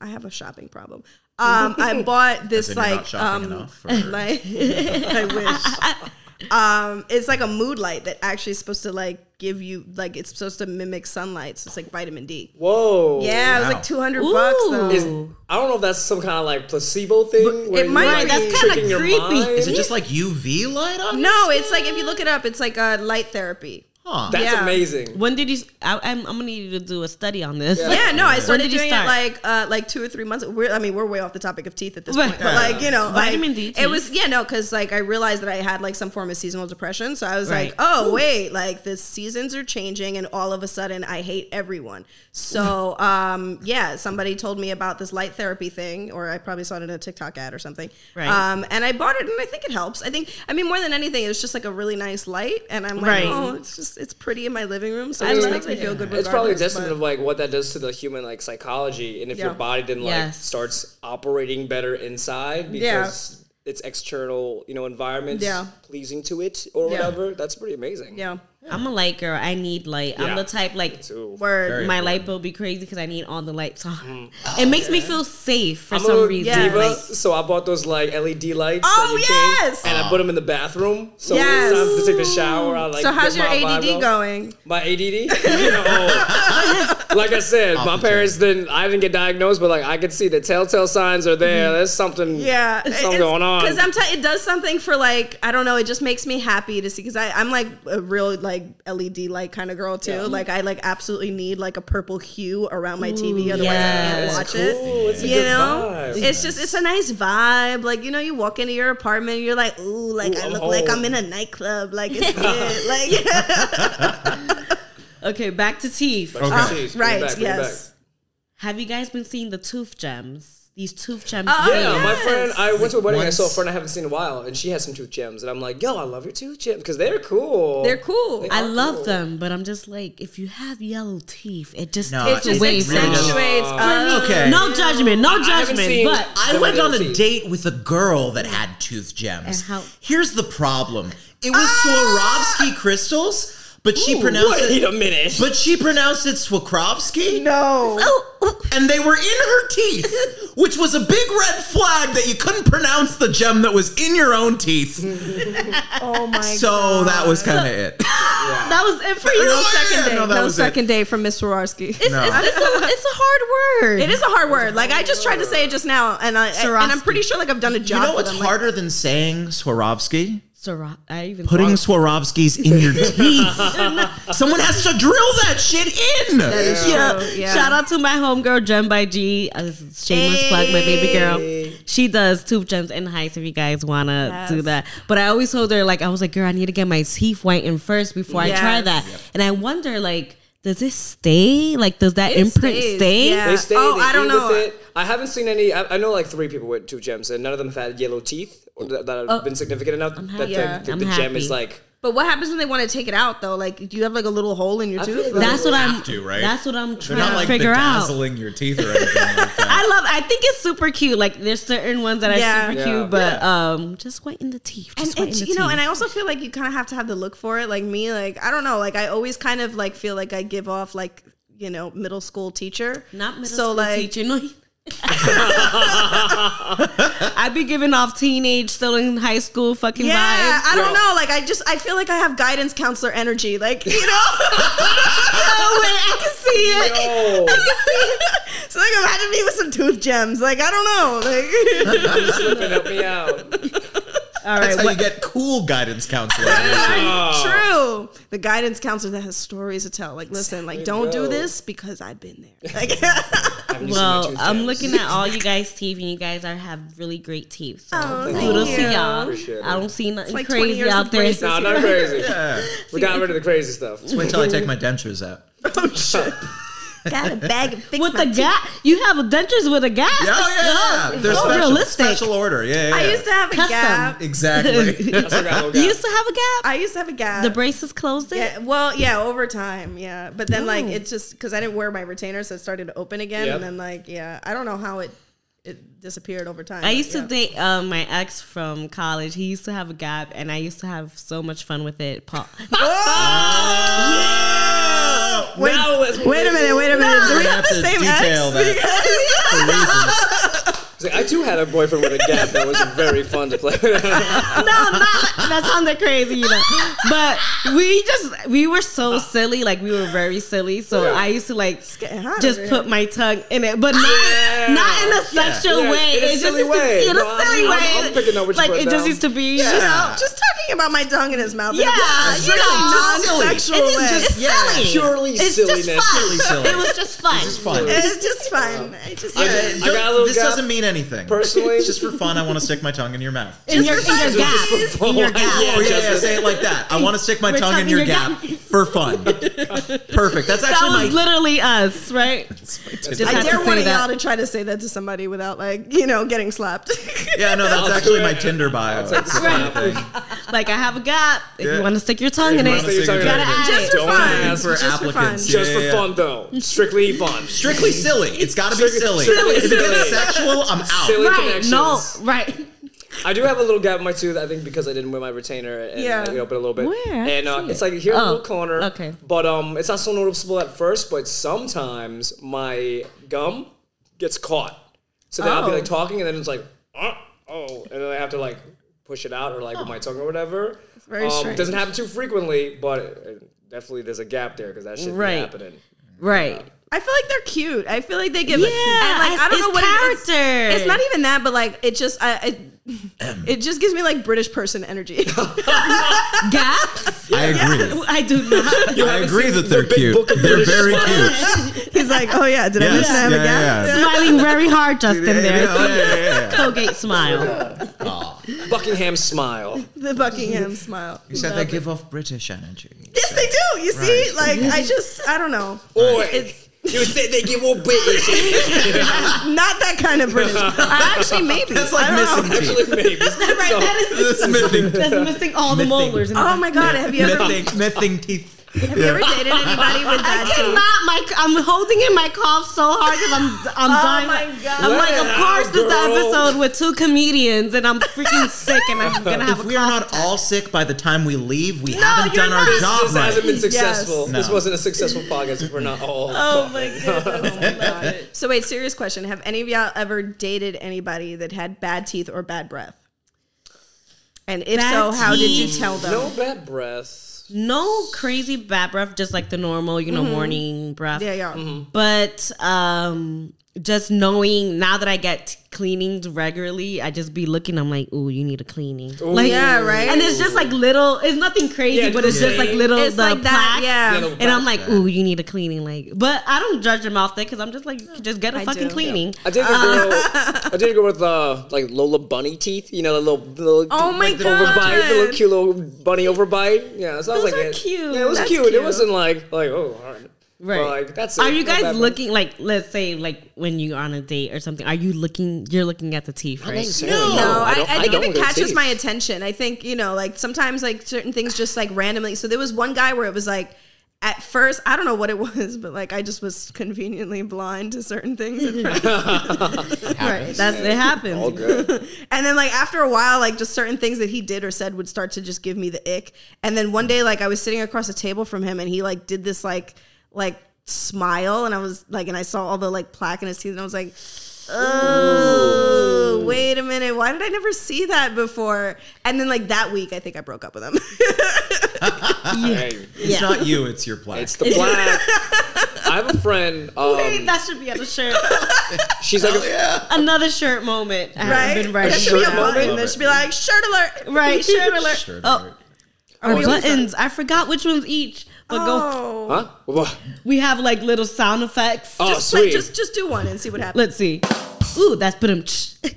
Speaker 4: I have a shopping problem. Um, I bought this
Speaker 3: Then you're not
Speaker 4: like
Speaker 3: shopping
Speaker 4: um,
Speaker 3: enough. Or,
Speaker 4: like I wish. Um, it's like a mood light that actually is supposed to like give you like it's supposed to mimic sunlight. So it's like vitamin D.
Speaker 2: Whoa.
Speaker 4: Yeah, it was
Speaker 3: Wow.
Speaker 4: like two hundred bucks though.
Speaker 2: Is, I don't know if that's some kind of like placebo thing. where
Speaker 4: it
Speaker 2: you,
Speaker 4: might
Speaker 2: like,
Speaker 4: be. That's
Speaker 1: kinda
Speaker 2: tricking your
Speaker 1: creepy.
Speaker 2: mind.
Speaker 3: is it just like UV light on?
Speaker 4: no, it's like if you look it up, it's like a light therapy.
Speaker 3: Huh.
Speaker 2: That's
Speaker 4: yeah.
Speaker 2: amazing.
Speaker 1: When did you? s- I, am I'm gonna need you to do a study on this.
Speaker 4: Yeah, no, I started
Speaker 1: did you
Speaker 4: doing
Speaker 1: start?
Speaker 4: it like uh, like two or three months. We're, I mean, we're way off the topic of teeth at this
Speaker 1: Right.
Speaker 4: point, but like you know, like,
Speaker 1: Vitamin D teeth.
Speaker 4: It was yeah, no, because like I realized that I had like some form of seasonal depression, so I was
Speaker 1: Right.
Speaker 4: like, oh wait, like the seasons are changing, and all of a sudden I hate everyone. So um, yeah, somebody told me about this light therapy thing, or I probably saw it in a TikTok ad or something.
Speaker 1: Right.
Speaker 4: Um, and I bought it, and I think it helps. I think I mean more than anything, it was just like a really nice light, and I'm like,
Speaker 1: Right.
Speaker 4: oh, it's just it's pretty in my living room, so
Speaker 1: I
Speaker 4: it just
Speaker 1: love
Speaker 4: makes me
Speaker 1: it.
Speaker 4: feel good.
Speaker 2: It's probably a
Speaker 4: regardless,
Speaker 2: testament
Speaker 4: but-
Speaker 2: of like what that does to the human like psychology, and if your
Speaker 4: Yeah.
Speaker 2: body then like
Speaker 1: Yes.
Speaker 2: starts operating better inside
Speaker 4: Yeah.
Speaker 2: because its external you know environment
Speaker 4: Yeah.
Speaker 2: pleasing to it or
Speaker 4: Yeah.
Speaker 2: whatever. That's pretty amazing.
Speaker 4: yeah.
Speaker 1: I'm a light girl. I need light.
Speaker 2: Yeah.
Speaker 1: I'm the type like
Speaker 2: Too. Mm.
Speaker 4: Word.
Speaker 3: Very
Speaker 1: my
Speaker 3: important.
Speaker 1: light bill be crazy because I need all the lights on. it makes me feel safe for
Speaker 2: I'm a
Speaker 1: some
Speaker 2: little
Speaker 1: reason.
Speaker 2: diva,
Speaker 1: Like,
Speaker 2: so I bought those like LED lights. that
Speaker 4: Oh,
Speaker 2: you change,
Speaker 4: yes!
Speaker 2: and I put them in the bathroom. So
Speaker 4: Yes.
Speaker 2: when it's time to take a shower, I like.
Speaker 4: so how's
Speaker 2: get
Speaker 4: your
Speaker 2: my vibe
Speaker 4: ADD
Speaker 2: up.
Speaker 4: going?
Speaker 2: My ADD? You know, like I said, my parents didn't, I didn't get diagnosed, but like I could see the telltale signs are
Speaker 3: Mm-hmm.
Speaker 2: there. There's something,
Speaker 4: Yeah,
Speaker 2: something going on.
Speaker 4: Because I'm, t- it does something for like I don't know. It just makes me happy to see because I'm like a real like LED light kind of girl too. Like I like absolutely need like a purple hue around my TV, otherwise
Speaker 1: yes.
Speaker 4: I can't watch it.
Speaker 2: Ooh, it's a
Speaker 4: You
Speaker 2: good
Speaker 4: know,
Speaker 2: vibe.
Speaker 4: it's just it's a nice vibe. Like you know, you walk into your apartment, you're like, ooh, like
Speaker 2: Ooh,
Speaker 4: I
Speaker 2: I'm
Speaker 4: look like
Speaker 2: home.
Speaker 4: I'm in a nightclub. Like it's good. Like
Speaker 1: okay, back to teeth.
Speaker 2: Jeez,
Speaker 3: Okay.
Speaker 2: bring it
Speaker 4: right,
Speaker 2: back, bring it
Speaker 4: yes.
Speaker 1: Have you guys been seeing the tooth gems? These tooth gems.
Speaker 4: Oh,
Speaker 2: back.
Speaker 1: things.
Speaker 2: Yeah, my
Speaker 4: Yes.
Speaker 2: friend, I went to a wedding, I
Speaker 3: Once-
Speaker 2: saw a friend I haven't seen in a while, and she has some tooth gems. And I'm like, yo, I love your tooth gems because they're cool.
Speaker 4: They're cool.
Speaker 2: They
Speaker 1: I
Speaker 2: are
Speaker 1: love
Speaker 2: cool.
Speaker 1: them, but I'm just like, if you have yellow teeth, it just
Speaker 3: No,
Speaker 1: takes
Speaker 3: it just
Speaker 1: away from
Speaker 3: really does.
Speaker 1: it.
Speaker 4: accentuates. uh,
Speaker 3: Okay.
Speaker 1: No judgment, no
Speaker 2: haven't
Speaker 1: judgment.
Speaker 2: seen-
Speaker 1: But
Speaker 3: I
Speaker 2: Them
Speaker 3: went on
Speaker 2: little
Speaker 3: a
Speaker 2: teeth.
Speaker 3: date with a girl that had tooth gems.
Speaker 1: And how-
Speaker 3: Here's the problem. It was
Speaker 4: Ah!
Speaker 3: Swarovski crystals, but she pronounced
Speaker 2: Wait
Speaker 3: it
Speaker 2: a minute.
Speaker 3: but she pronounced it Swakrovsky.
Speaker 4: No.
Speaker 3: And they were in her teeth, which was a big red flag that you couldn't pronounce the gem that was in your own
Speaker 4: Mm-hmm.
Speaker 3: teeth.
Speaker 4: Oh my
Speaker 3: So that was kind of it.
Speaker 4: That was it for you.
Speaker 3: No
Speaker 4: No second
Speaker 3: way.
Speaker 4: day.
Speaker 3: No,
Speaker 4: No,
Speaker 3: that was it.
Speaker 4: second day from Miss Swarovski. It's,
Speaker 3: No. it's-
Speaker 1: it's a hard word.
Speaker 4: a hard word. Like I just tried to say it just now, and I and I'm
Speaker 1: Swarovski.
Speaker 4: pretty sure like I've done a
Speaker 3: You
Speaker 4: job.
Speaker 3: know
Speaker 4: for
Speaker 3: what's
Speaker 4: them, like-
Speaker 3: harder than saying Swarovski?
Speaker 1: Syrah- I even
Speaker 3: Putting
Speaker 1: thought-
Speaker 3: Swarovskis in your teeth. Someone has to drill that shit in.
Speaker 1: Yeah.
Speaker 4: true, yeah.
Speaker 1: Shout out to my homegirl Gem by G. A shameless plug, my baby girl. She does tooth gems and heights if you guys wanna do that. But I always told her, like, I was like, girl, I need to get my teeth whitened first before I try
Speaker 4: Yes.
Speaker 1: that. And I wonder, like, does it stay? Like, does that
Speaker 4: It
Speaker 1: imprint
Speaker 4: stays,
Speaker 1: stay?
Speaker 4: yeah.
Speaker 2: They stay.
Speaker 4: Oh,
Speaker 2: they
Speaker 4: I don't
Speaker 2: deal
Speaker 4: know.
Speaker 2: With it. I haven't seen any. I, I know like three people with two gems, and none of them have had yellow teeth or that, that have been significant enough that
Speaker 1: happy.
Speaker 2: the,
Speaker 4: Yeah.
Speaker 2: that
Speaker 1: Oh, I'm
Speaker 2: the gem
Speaker 1: happy.
Speaker 2: is like.
Speaker 4: But what happens when they want to take it out though? Like, do you have like a little hole in your
Speaker 2: feel
Speaker 4: tooth?
Speaker 2: like
Speaker 1: That's what I'm.
Speaker 3: have to, right?
Speaker 1: That's what I'm trying to figure out.
Speaker 3: your teeth or anything like that.
Speaker 1: I love. I think it's super cute. Like there's certain ones that
Speaker 4: Yeah.
Speaker 1: are super
Speaker 2: Yeah.
Speaker 1: cute, but um, just whiten the teeth.
Speaker 4: and
Speaker 1: Just
Speaker 4: it,
Speaker 1: whiten the
Speaker 4: you know,
Speaker 1: teeth.
Speaker 4: and I also feel like you kind of have to have the look for it. Like me, like I don't know, like I always kind of like feel like I give off like you know middle school teacher.
Speaker 1: not middle
Speaker 4: so
Speaker 1: school
Speaker 4: like
Speaker 1: teacher. No, I'd be giving off teenage, still in high school, fucking
Speaker 4: Yeah,
Speaker 1: vibes.
Speaker 4: I
Speaker 2: Yeah.
Speaker 4: don't know. Like I just I feel like I have guidance counselor energy. Like you know,
Speaker 1: Oh, wait, I can see it.
Speaker 2: Yo,
Speaker 4: so like imagine me with some tooth gems. Like I don't know. Like
Speaker 2: flipping, help me out.
Speaker 1: All right,
Speaker 3: That's how
Speaker 1: what-
Speaker 3: you get cool guidance counselor.
Speaker 4: True. The guidance counselor that has stories to tell. Like, listen, like, don't do
Speaker 2: Yo.
Speaker 4: this because I've been there. Like,
Speaker 2: Haven't you seen my
Speaker 1: Well,
Speaker 2: tooth
Speaker 1: I'm
Speaker 2: jams?
Speaker 1: looking at all you guys' teeth, and you guys are have really great teeth. So
Speaker 4: Oh,
Speaker 1: kudos
Speaker 4: thank
Speaker 1: to
Speaker 4: you.
Speaker 1: y'all.
Speaker 2: Appreciate it.
Speaker 1: I don't see nothing
Speaker 4: like 20
Speaker 1: crazy
Speaker 4: years
Speaker 1: out
Speaker 4: of
Speaker 1: there.
Speaker 4: braces.
Speaker 2: Nah, not crazy.
Speaker 3: Yeah.
Speaker 2: We got rid of the crazy stuff.
Speaker 3: Wait till I take my dentures out.
Speaker 4: oh shit. Got a bag and fix
Speaker 1: With
Speaker 4: my
Speaker 1: the gap, you have a dentures with a gap.
Speaker 3: Yeah, oh, yeah, yeah. They're
Speaker 1: so
Speaker 3: special,
Speaker 1: realistic.
Speaker 3: special order. Yeah, yeah,
Speaker 4: I
Speaker 3: yeah.
Speaker 4: used to have a
Speaker 1: Custom.
Speaker 4: gap.
Speaker 3: exactly.
Speaker 2: I still got no
Speaker 1: You
Speaker 2: gap.
Speaker 1: used to have a gap.
Speaker 4: I used to have a gap.
Speaker 1: the braces closed it.
Speaker 4: Yeah, well, yeah, over time, yeah. But then, like,
Speaker 1: Oh.
Speaker 4: it's just because I didn't wear my retainer, so it started to open again.
Speaker 2: Yep.
Speaker 4: And then, like, yeah, I don't know how it it disappeared over time.
Speaker 1: I
Speaker 4: but
Speaker 1: used
Speaker 4: yeah.
Speaker 1: to date uh, my ex from college. He used to have a gap, and I used to have so much fun with it. Paul.
Speaker 4: Wait,
Speaker 2: Now it's-
Speaker 4: wait a minute, wait a minute. Do we
Speaker 3: I
Speaker 4: have
Speaker 3: have
Speaker 4: the
Speaker 3: to
Speaker 4: same
Speaker 3: detail
Speaker 4: ex?
Speaker 3: that for reasons.
Speaker 2: It's like, I too had a boyfriend with a gap that was very fun to play.
Speaker 1: no, not that sounded crazy, you know. But we just we were so silly, like we were very silly. So
Speaker 2: Oh. Yeah.
Speaker 1: I used to like
Speaker 4: getting hot
Speaker 1: just
Speaker 4: over
Speaker 1: put my tongue in it, but not
Speaker 2: Yeah.
Speaker 1: not in a sexual
Speaker 2: Yeah,
Speaker 1: way.
Speaker 2: in a
Speaker 1: It's
Speaker 2: silly
Speaker 1: used to-
Speaker 2: way.
Speaker 1: in a
Speaker 2: No, I'm-
Speaker 1: silly
Speaker 2: I'm-
Speaker 1: way.
Speaker 2: I'm picking up what you're
Speaker 1: like
Speaker 2: putting
Speaker 1: it just
Speaker 2: down.
Speaker 1: used to be.
Speaker 4: You
Speaker 1: Yeah.
Speaker 4: know, just talking about my tongue in his mouth. in a
Speaker 1: Yeah,
Speaker 4: podcast.
Speaker 1: you know,
Speaker 4: Really
Speaker 1: just
Speaker 4: non-sexual
Speaker 1: It is
Speaker 4: way.
Speaker 1: just
Speaker 3: Yeah,
Speaker 1: silly.
Speaker 2: purely
Speaker 1: it's
Speaker 2: silliness.
Speaker 1: Just fun.
Speaker 3: Purely silly.
Speaker 1: It was just fun.
Speaker 3: It's fun.
Speaker 4: It's just fun. I just
Speaker 2: I
Speaker 4: yeah.
Speaker 2: just-
Speaker 3: Hey,
Speaker 2: I got a little
Speaker 3: this
Speaker 2: gap.
Speaker 3: doesn't mean anything.
Speaker 2: Personally-
Speaker 3: it's just for fun. I want to stick my tongue in your mouth.
Speaker 1: In your, in your gap. In your gap.
Speaker 3: Oh, yeah, yeah,
Speaker 2: Justin.
Speaker 3: say it like that. I want to stick my
Speaker 1: We're
Speaker 3: tongue in
Speaker 1: tucking
Speaker 3: your
Speaker 1: your
Speaker 3: gap
Speaker 1: gap.
Speaker 3: for fun. Perfect. That's
Speaker 1: That was
Speaker 3: actually my.
Speaker 1: literally us, right?
Speaker 3: Just
Speaker 1: I
Speaker 4: I
Speaker 1: had to
Speaker 4: dare
Speaker 1: say
Speaker 4: one of
Speaker 1: that.
Speaker 4: y'all to try to say that to somebody without, like, you know, getting slapped.
Speaker 3: yeah, no, that's
Speaker 2: I'll
Speaker 3: actually
Speaker 2: do
Speaker 3: my
Speaker 2: it.
Speaker 3: Tinder bio. It's a
Speaker 1: Right.
Speaker 3: fun thing.
Speaker 1: Like I have a gap. If
Speaker 3: Yeah.
Speaker 1: you want to stick your tongue in
Speaker 2: you
Speaker 1: it,
Speaker 2: wanna stick your tongue in
Speaker 1: gotta
Speaker 2: it.
Speaker 1: add
Speaker 4: Just
Speaker 1: it.
Speaker 4: for
Speaker 2: Don't
Speaker 4: fun.
Speaker 2: ask
Speaker 3: for
Speaker 4: just
Speaker 3: applicants.
Speaker 4: For fun.
Speaker 3: Yeah.
Speaker 2: Just for fun, though. Strictly fun.
Speaker 3: Strictly silly. It's got to be
Speaker 2: Strictly-
Speaker 3: silly.
Speaker 2: strictly
Speaker 3: If it gets
Speaker 2: silly.
Speaker 3: sexual, I'm out.
Speaker 2: Silly
Speaker 1: Right.
Speaker 2: connections.
Speaker 1: No. Right.
Speaker 2: I do have a little gap in my tooth. I think because I didn't wear my retainer and
Speaker 4: Yeah.
Speaker 2: I opened a little bit.
Speaker 1: Where? I
Speaker 2: And uh,
Speaker 1: see
Speaker 2: it's like here in the
Speaker 1: Oh,
Speaker 2: little corner.
Speaker 1: okay.
Speaker 2: But um, it's not so noticeable at first. But sometimes my gum gets caught. So then I'll be
Speaker 4: Oh.
Speaker 2: like talking, and then it's like, uh, oh, and then I have to like push it out or like with my tongue or whatever. It's
Speaker 4: very strange.
Speaker 2: Doesn't happen too frequently, but uh, definitely there's a gap there because that shit be
Speaker 1: Right.
Speaker 2: happening.
Speaker 1: Right.
Speaker 4: I feel like they're cute. I feel like they give
Speaker 1: Yeah,
Speaker 4: it. And like I don't
Speaker 1: it's
Speaker 4: know what it- it's-
Speaker 1: character.
Speaker 4: It's, not even that, but like it just I. I it just gives me like British person energy.
Speaker 1: Gaps.
Speaker 3: I agree.
Speaker 1: I do not.
Speaker 2: You
Speaker 3: I
Speaker 2: haven't
Speaker 3: agree
Speaker 2: seen
Speaker 3: that they're
Speaker 2: the Big
Speaker 3: cute.
Speaker 2: Book of
Speaker 3: They're
Speaker 2: British
Speaker 3: very
Speaker 2: Smiles?
Speaker 3: cute.
Speaker 4: He's like, oh yeah, did I mention I have a gap?
Speaker 1: Smiling very hard, Justin.
Speaker 3: Yeah,
Speaker 1: There.
Speaker 3: yeah, yeah, yeah.
Speaker 1: Colgate smile.
Speaker 2: Buckingham smile.
Speaker 4: The Buckingham smile.
Speaker 3: You said they give off British energy.
Speaker 4: Yes, they do. You see, like I just I don't know,
Speaker 2: Or you said they give all British.
Speaker 4: not that kind of British. I actually maybe
Speaker 3: That's like
Speaker 4: I don't know.
Speaker 3: missing teeth.
Speaker 2: Actually, maybe.
Speaker 1: Right.
Speaker 2: So-
Speaker 1: That is
Speaker 3: That's missing,
Speaker 1: that's missing all the
Speaker 3: Missing.
Speaker 1: molars. In
Speaker 4: Oh my god, have you ever have
Speaker 3: missing, missing teeth.
Speaker 4: you ever dated anybody with that?
Speaker 1: I cannot. My I'm holding in my cough so hard because I'm I'm
Speaker 4: Oh
Speaker 1: dying.
Speaker 4: my God.
Speaker 1: I'm like,
Speaker 2: Let
Speaker 1: of
Speaker 2: it
Speaker 1: course,
Speaker 2: out,
Speaker 1: this is the
Speaker 2: girl.
Speaker 1: episode with two comedians, and I'm freaking sick, and I'm gonna have
Speaker 3: If
Speaker 1: a
Speaker 3: we are not all sick by the time we leave, we haven't
Speaker 4: you're
Speaker 3: done our
Speaker 4: not.
Speaker 3: job
Speaker 2: this hasn't
Speaker 3: right.
Speaker 2: been successful.
Speaker 4: Yes.
Speaker 2: This
Speaker 3: No.
Speaker 2: wasn't a successful podcast if we're not all.
Speaker 1: Oh my goodness.
Speaker 4: So wait, serious question: Have any of y'all ever dated anybody that had bad teeth or bad breath? And if
Speaker 1: Bad
Speaker 4: so, how did you
Speaker 1: teeth.
Speaker 4: tell them?
Speaker 2: No bad breath.
Speaker 1: no crazy bad breath, just like the normal, you know, morning breath.
Speaker 4: Mm-hmm. Yeah, yeah.
Speaker 1: Mm-hmm. But um just knowing now that I get cleanings regularly, I just be looking. I'm like, ooh, you need a cleaning. Like,
Speaker 4: Yeah, right?
Speaker 1: And it's just like little. It's nothing crazy,
Speaker 2: Yeah,
Speaker 1: but it's just like
Speaker 2: yeah.
Speaker 1: little
Speaker 4: It's
Speaker 1: the
Speaker 4: like that,
Speaker 1: plaque.
Speaker 4: yeah.
Speaker 2: Little
Speaker 1: And I'm
Speaker 2: bad
Speaker 1: like, ooh, you need a cleaning. Like, but I don't judge them off that because I'm just like, just get a
Speaker 4: I
Speaker 1: fucking
Speaker 4: do.
Speaker 1: cleaning.
Speaker 2: I did a girl. I did a girl with uh, like Lola bunny teeth. You know, the little, the little
Speaker 4: Oh my
Speaker 2: like, the overbite, the little
Speaker 4: God.
Speaker 2: cute little bunny overbite. Yeah, so I
Speaker 1: Those
Speaker 2: was like,
Speaker 1: are
Speaker 2: eh,
Speaker 1: cute.
Speaker 2: Yeah, it was
Speaker 1: That's
Speaker 2: cute. It
Speaker 4: cute.
Speaker 2: wasn't like like oh, all right.
Speaker 1: Right.
Speaker 2: But, like that's.
Speaker 1: Are
Speaker 2: it.
Speaker 1: you
Speaker 2: No bad
Speaker 1: guys
Speaker 2: breath.
Speaker 1: looking like, let's say, like when you're on a date or something? Are you looking? You're looking at the teeth, right?
Speaker 2: Necessarily.
Speaker 4: No, I,
Speaker 2: don't-
Speaker 4: I, think
Speaker 2: don't
Speaker 4: if it
Speaker 2: look at
Speaker 4: catches
Speaker 2: teeth.
Speaker 4: my attention, I think you know, like sometimes like certain things just like randomly. So there was one guy where it was like. At first, I don't know what it was, but like I just was conveniently blind to certain things. At first.
Speaker 1: Right. That's it happens.
Speaker 2: All good.
Speaker 4: And then like after a while, like just certain things that he did or said would start to just give me the ick. And then one day, like I was sitting across the table from him, and he like did this like like smile, and I was like, and I saw all the like plaque in his teeth, and I was like, Oh, wait a minute. Why did I never see that before? And then, like, that week, I think I broke up with him.
Speaker 2: Hey,
Speaker 3: It's not you, it's your plaque.
Speaker 2: it's the black. I have a friend. Um,
Speaker 1: Wait, that should be on the shirt.
Speaker 2: she's like, a,
Speaker 1: Another shirt moment. I haven't
Speaker 4: right?
Speaker 1: been
Speaker 4: There
Speaker 1: writing
Speaker 4: should be a
Speaker 1: down.
Speaker 3: moment.
Speaker 4: button.
Speaker 3: Love
Speaker 4: There
Speaker 3: it.
Speaker 4: should be like, shirt alert.
Speaker 1: Right.
Speaker 4: Shirt alert.
Speaker 3: Sure,
Speaker 4: Oh,
Speaker 1: Or
Speaker 4: we almost
Speaker 1: buttons. I forgot which one's each. But go.
Speaker 4: oh.
Speaker 2: huh? What?
Speaker 1: We have like little sound effects.
Speaker 2: Oh,
Speaker 4: Just, play,
Speaker 2: sweet.
Speaker 4: just, just do one and see what happens.
Speaker 1: Let's see. Ooh, that's but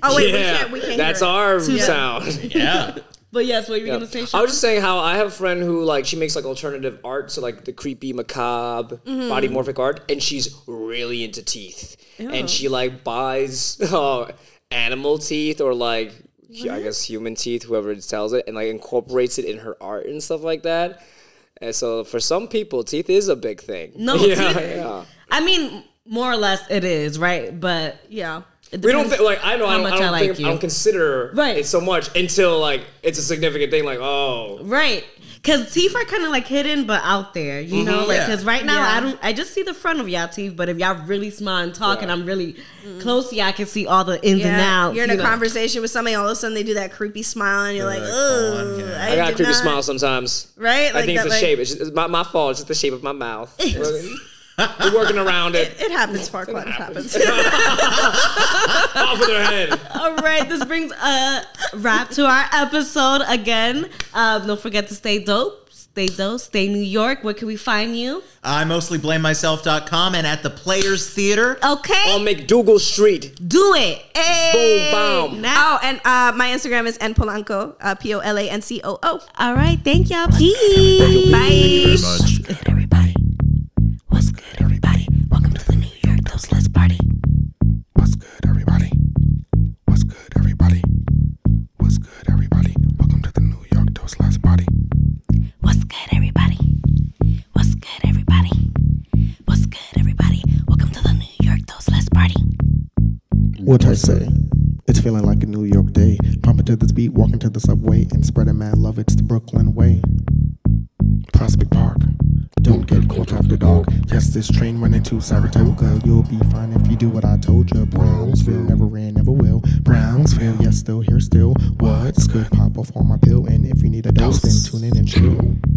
Speaker 4: Oh, wait,
Speaker 2: yeah,
Speaker 4: we can't. We can't
Speaker 2: that's
Speaker 4: hear it.
Speaker 2: our sound.
Speaker 3: Yeah.
Speaker 1: But yes, what were you
Speaker 2: Yeah.
Speaker 1: gonna say?
Speaker 2: I was just saying how I have a friend who like she makes like alternative art, so like the creepy, macabre,
Speaker 1: Mm-hmm.
Speaker 2: body morphic art, and she's really into teeth, and she like buys uh, animal teeth or like hu- I guess human teeth, whoever sells it, and like incorporates it in her art and stuff like that. And so for some people, teeth is a big thing.
Speaker 1: No,
Speaker 2: yeah,
Speaker 1: teeth-
Speaker 2: yeah.
Speaker 1: I mean, more or less it is right, but
Speaker 4: Yeah.
Speaker 1: it
Speaker 2: We don't
Speaker 1: depends
Speaker 2: think like I know I
Speaker 1: how
Speaker 2: don't,
Speaker 1: much
Speaker 2: I don't
Speaker 1: I
Speaker 2: think
Speaker 1: like you.
Speaker 2: I don't consider
Speaker 1: Right.
Speaker 2: it so much until like it's a significant thing. Like oh,
Speaker 1: right because teeth are kind of like hidden but out there, you
Speaker 2: Mm-hmm.
Speaker 1: know. Like
Speaker 3: Yeah.
Speaker 1: because right now
Speaker 4: Yeah.
Speaker 1: I don't, I just see the front of y'all teeth, but if y'all really smile and talk, and I'm really close, yeah, I can see all the ins and
Speaker 4: Mm-hmm. Yeah.
Speaker 1: outs.
Speaker 4: You're in a
Speaker 1: you know.
Speaker 4: conversation with somebody, all of a sudden they do that creepy smile, and you're like,
Speaker 3: like,
Speaker 4: oh,
Speaker 3: come on,
Speaker 4: I,
Speaker 2: I got a
Speaker 4: did
Speaker 2: creepy
Speaker 4: not.
Speaker 2: smile sometimes.
Speaker 4: Right?
Speaker 2: I think it's
Speaker 4: that,
Speaker 2: the shape. It's, just, it's my, my fault. It's just the shape of my mouth. We're working around it.
Speaker 4: It happens, Farquaad. It happens.
Speaker 2: Off with their head.
Speaker 1: All right, this brings a wrap to our episode again. Um, don't forget to stay dope, stay dope, stay New York. Where can we find you?
Speaker 3: I mostly blame myself.com and at the Players Theater.
Speaker 1: Okay,
Speaker 2: On McDougal Street.
Speaker 1: do it. Hey,
Speaker 2: boom.
Speaker 1: Now,
Speaker 4: oh, and uh, my Instagram is npolanco, uh, P O L A N C O O.
Speaker 1: all right, thank y'all. Peace.
Speaker 4: Bye.
Speaker 7: What's good, everybody? What's good, everybody? Welcome to the New York Dose List Party. What's good, everybody? What's good, everybody? What's good, everybody? Welcome to the New York Dose List Party.
Speaker 8: What's good, everybody? What's good, everybody? What's good, everybody? Welcome to the New York Dose Less Party.
Speaker 6: What I say? It's feeling like a New York day. Pumping to this beat, walking to the subway, and spreading mad love. It's the Brooklyn way. Prospect Park. Don't get caught after dark. Yes, this train running to Saratoga. You'll be fine if you do what I told you. Brownsville never ran, never will. Brownsville, yes, still here, still. What's good? Pop off on my pill, and if you need a dose, then tune in and chill.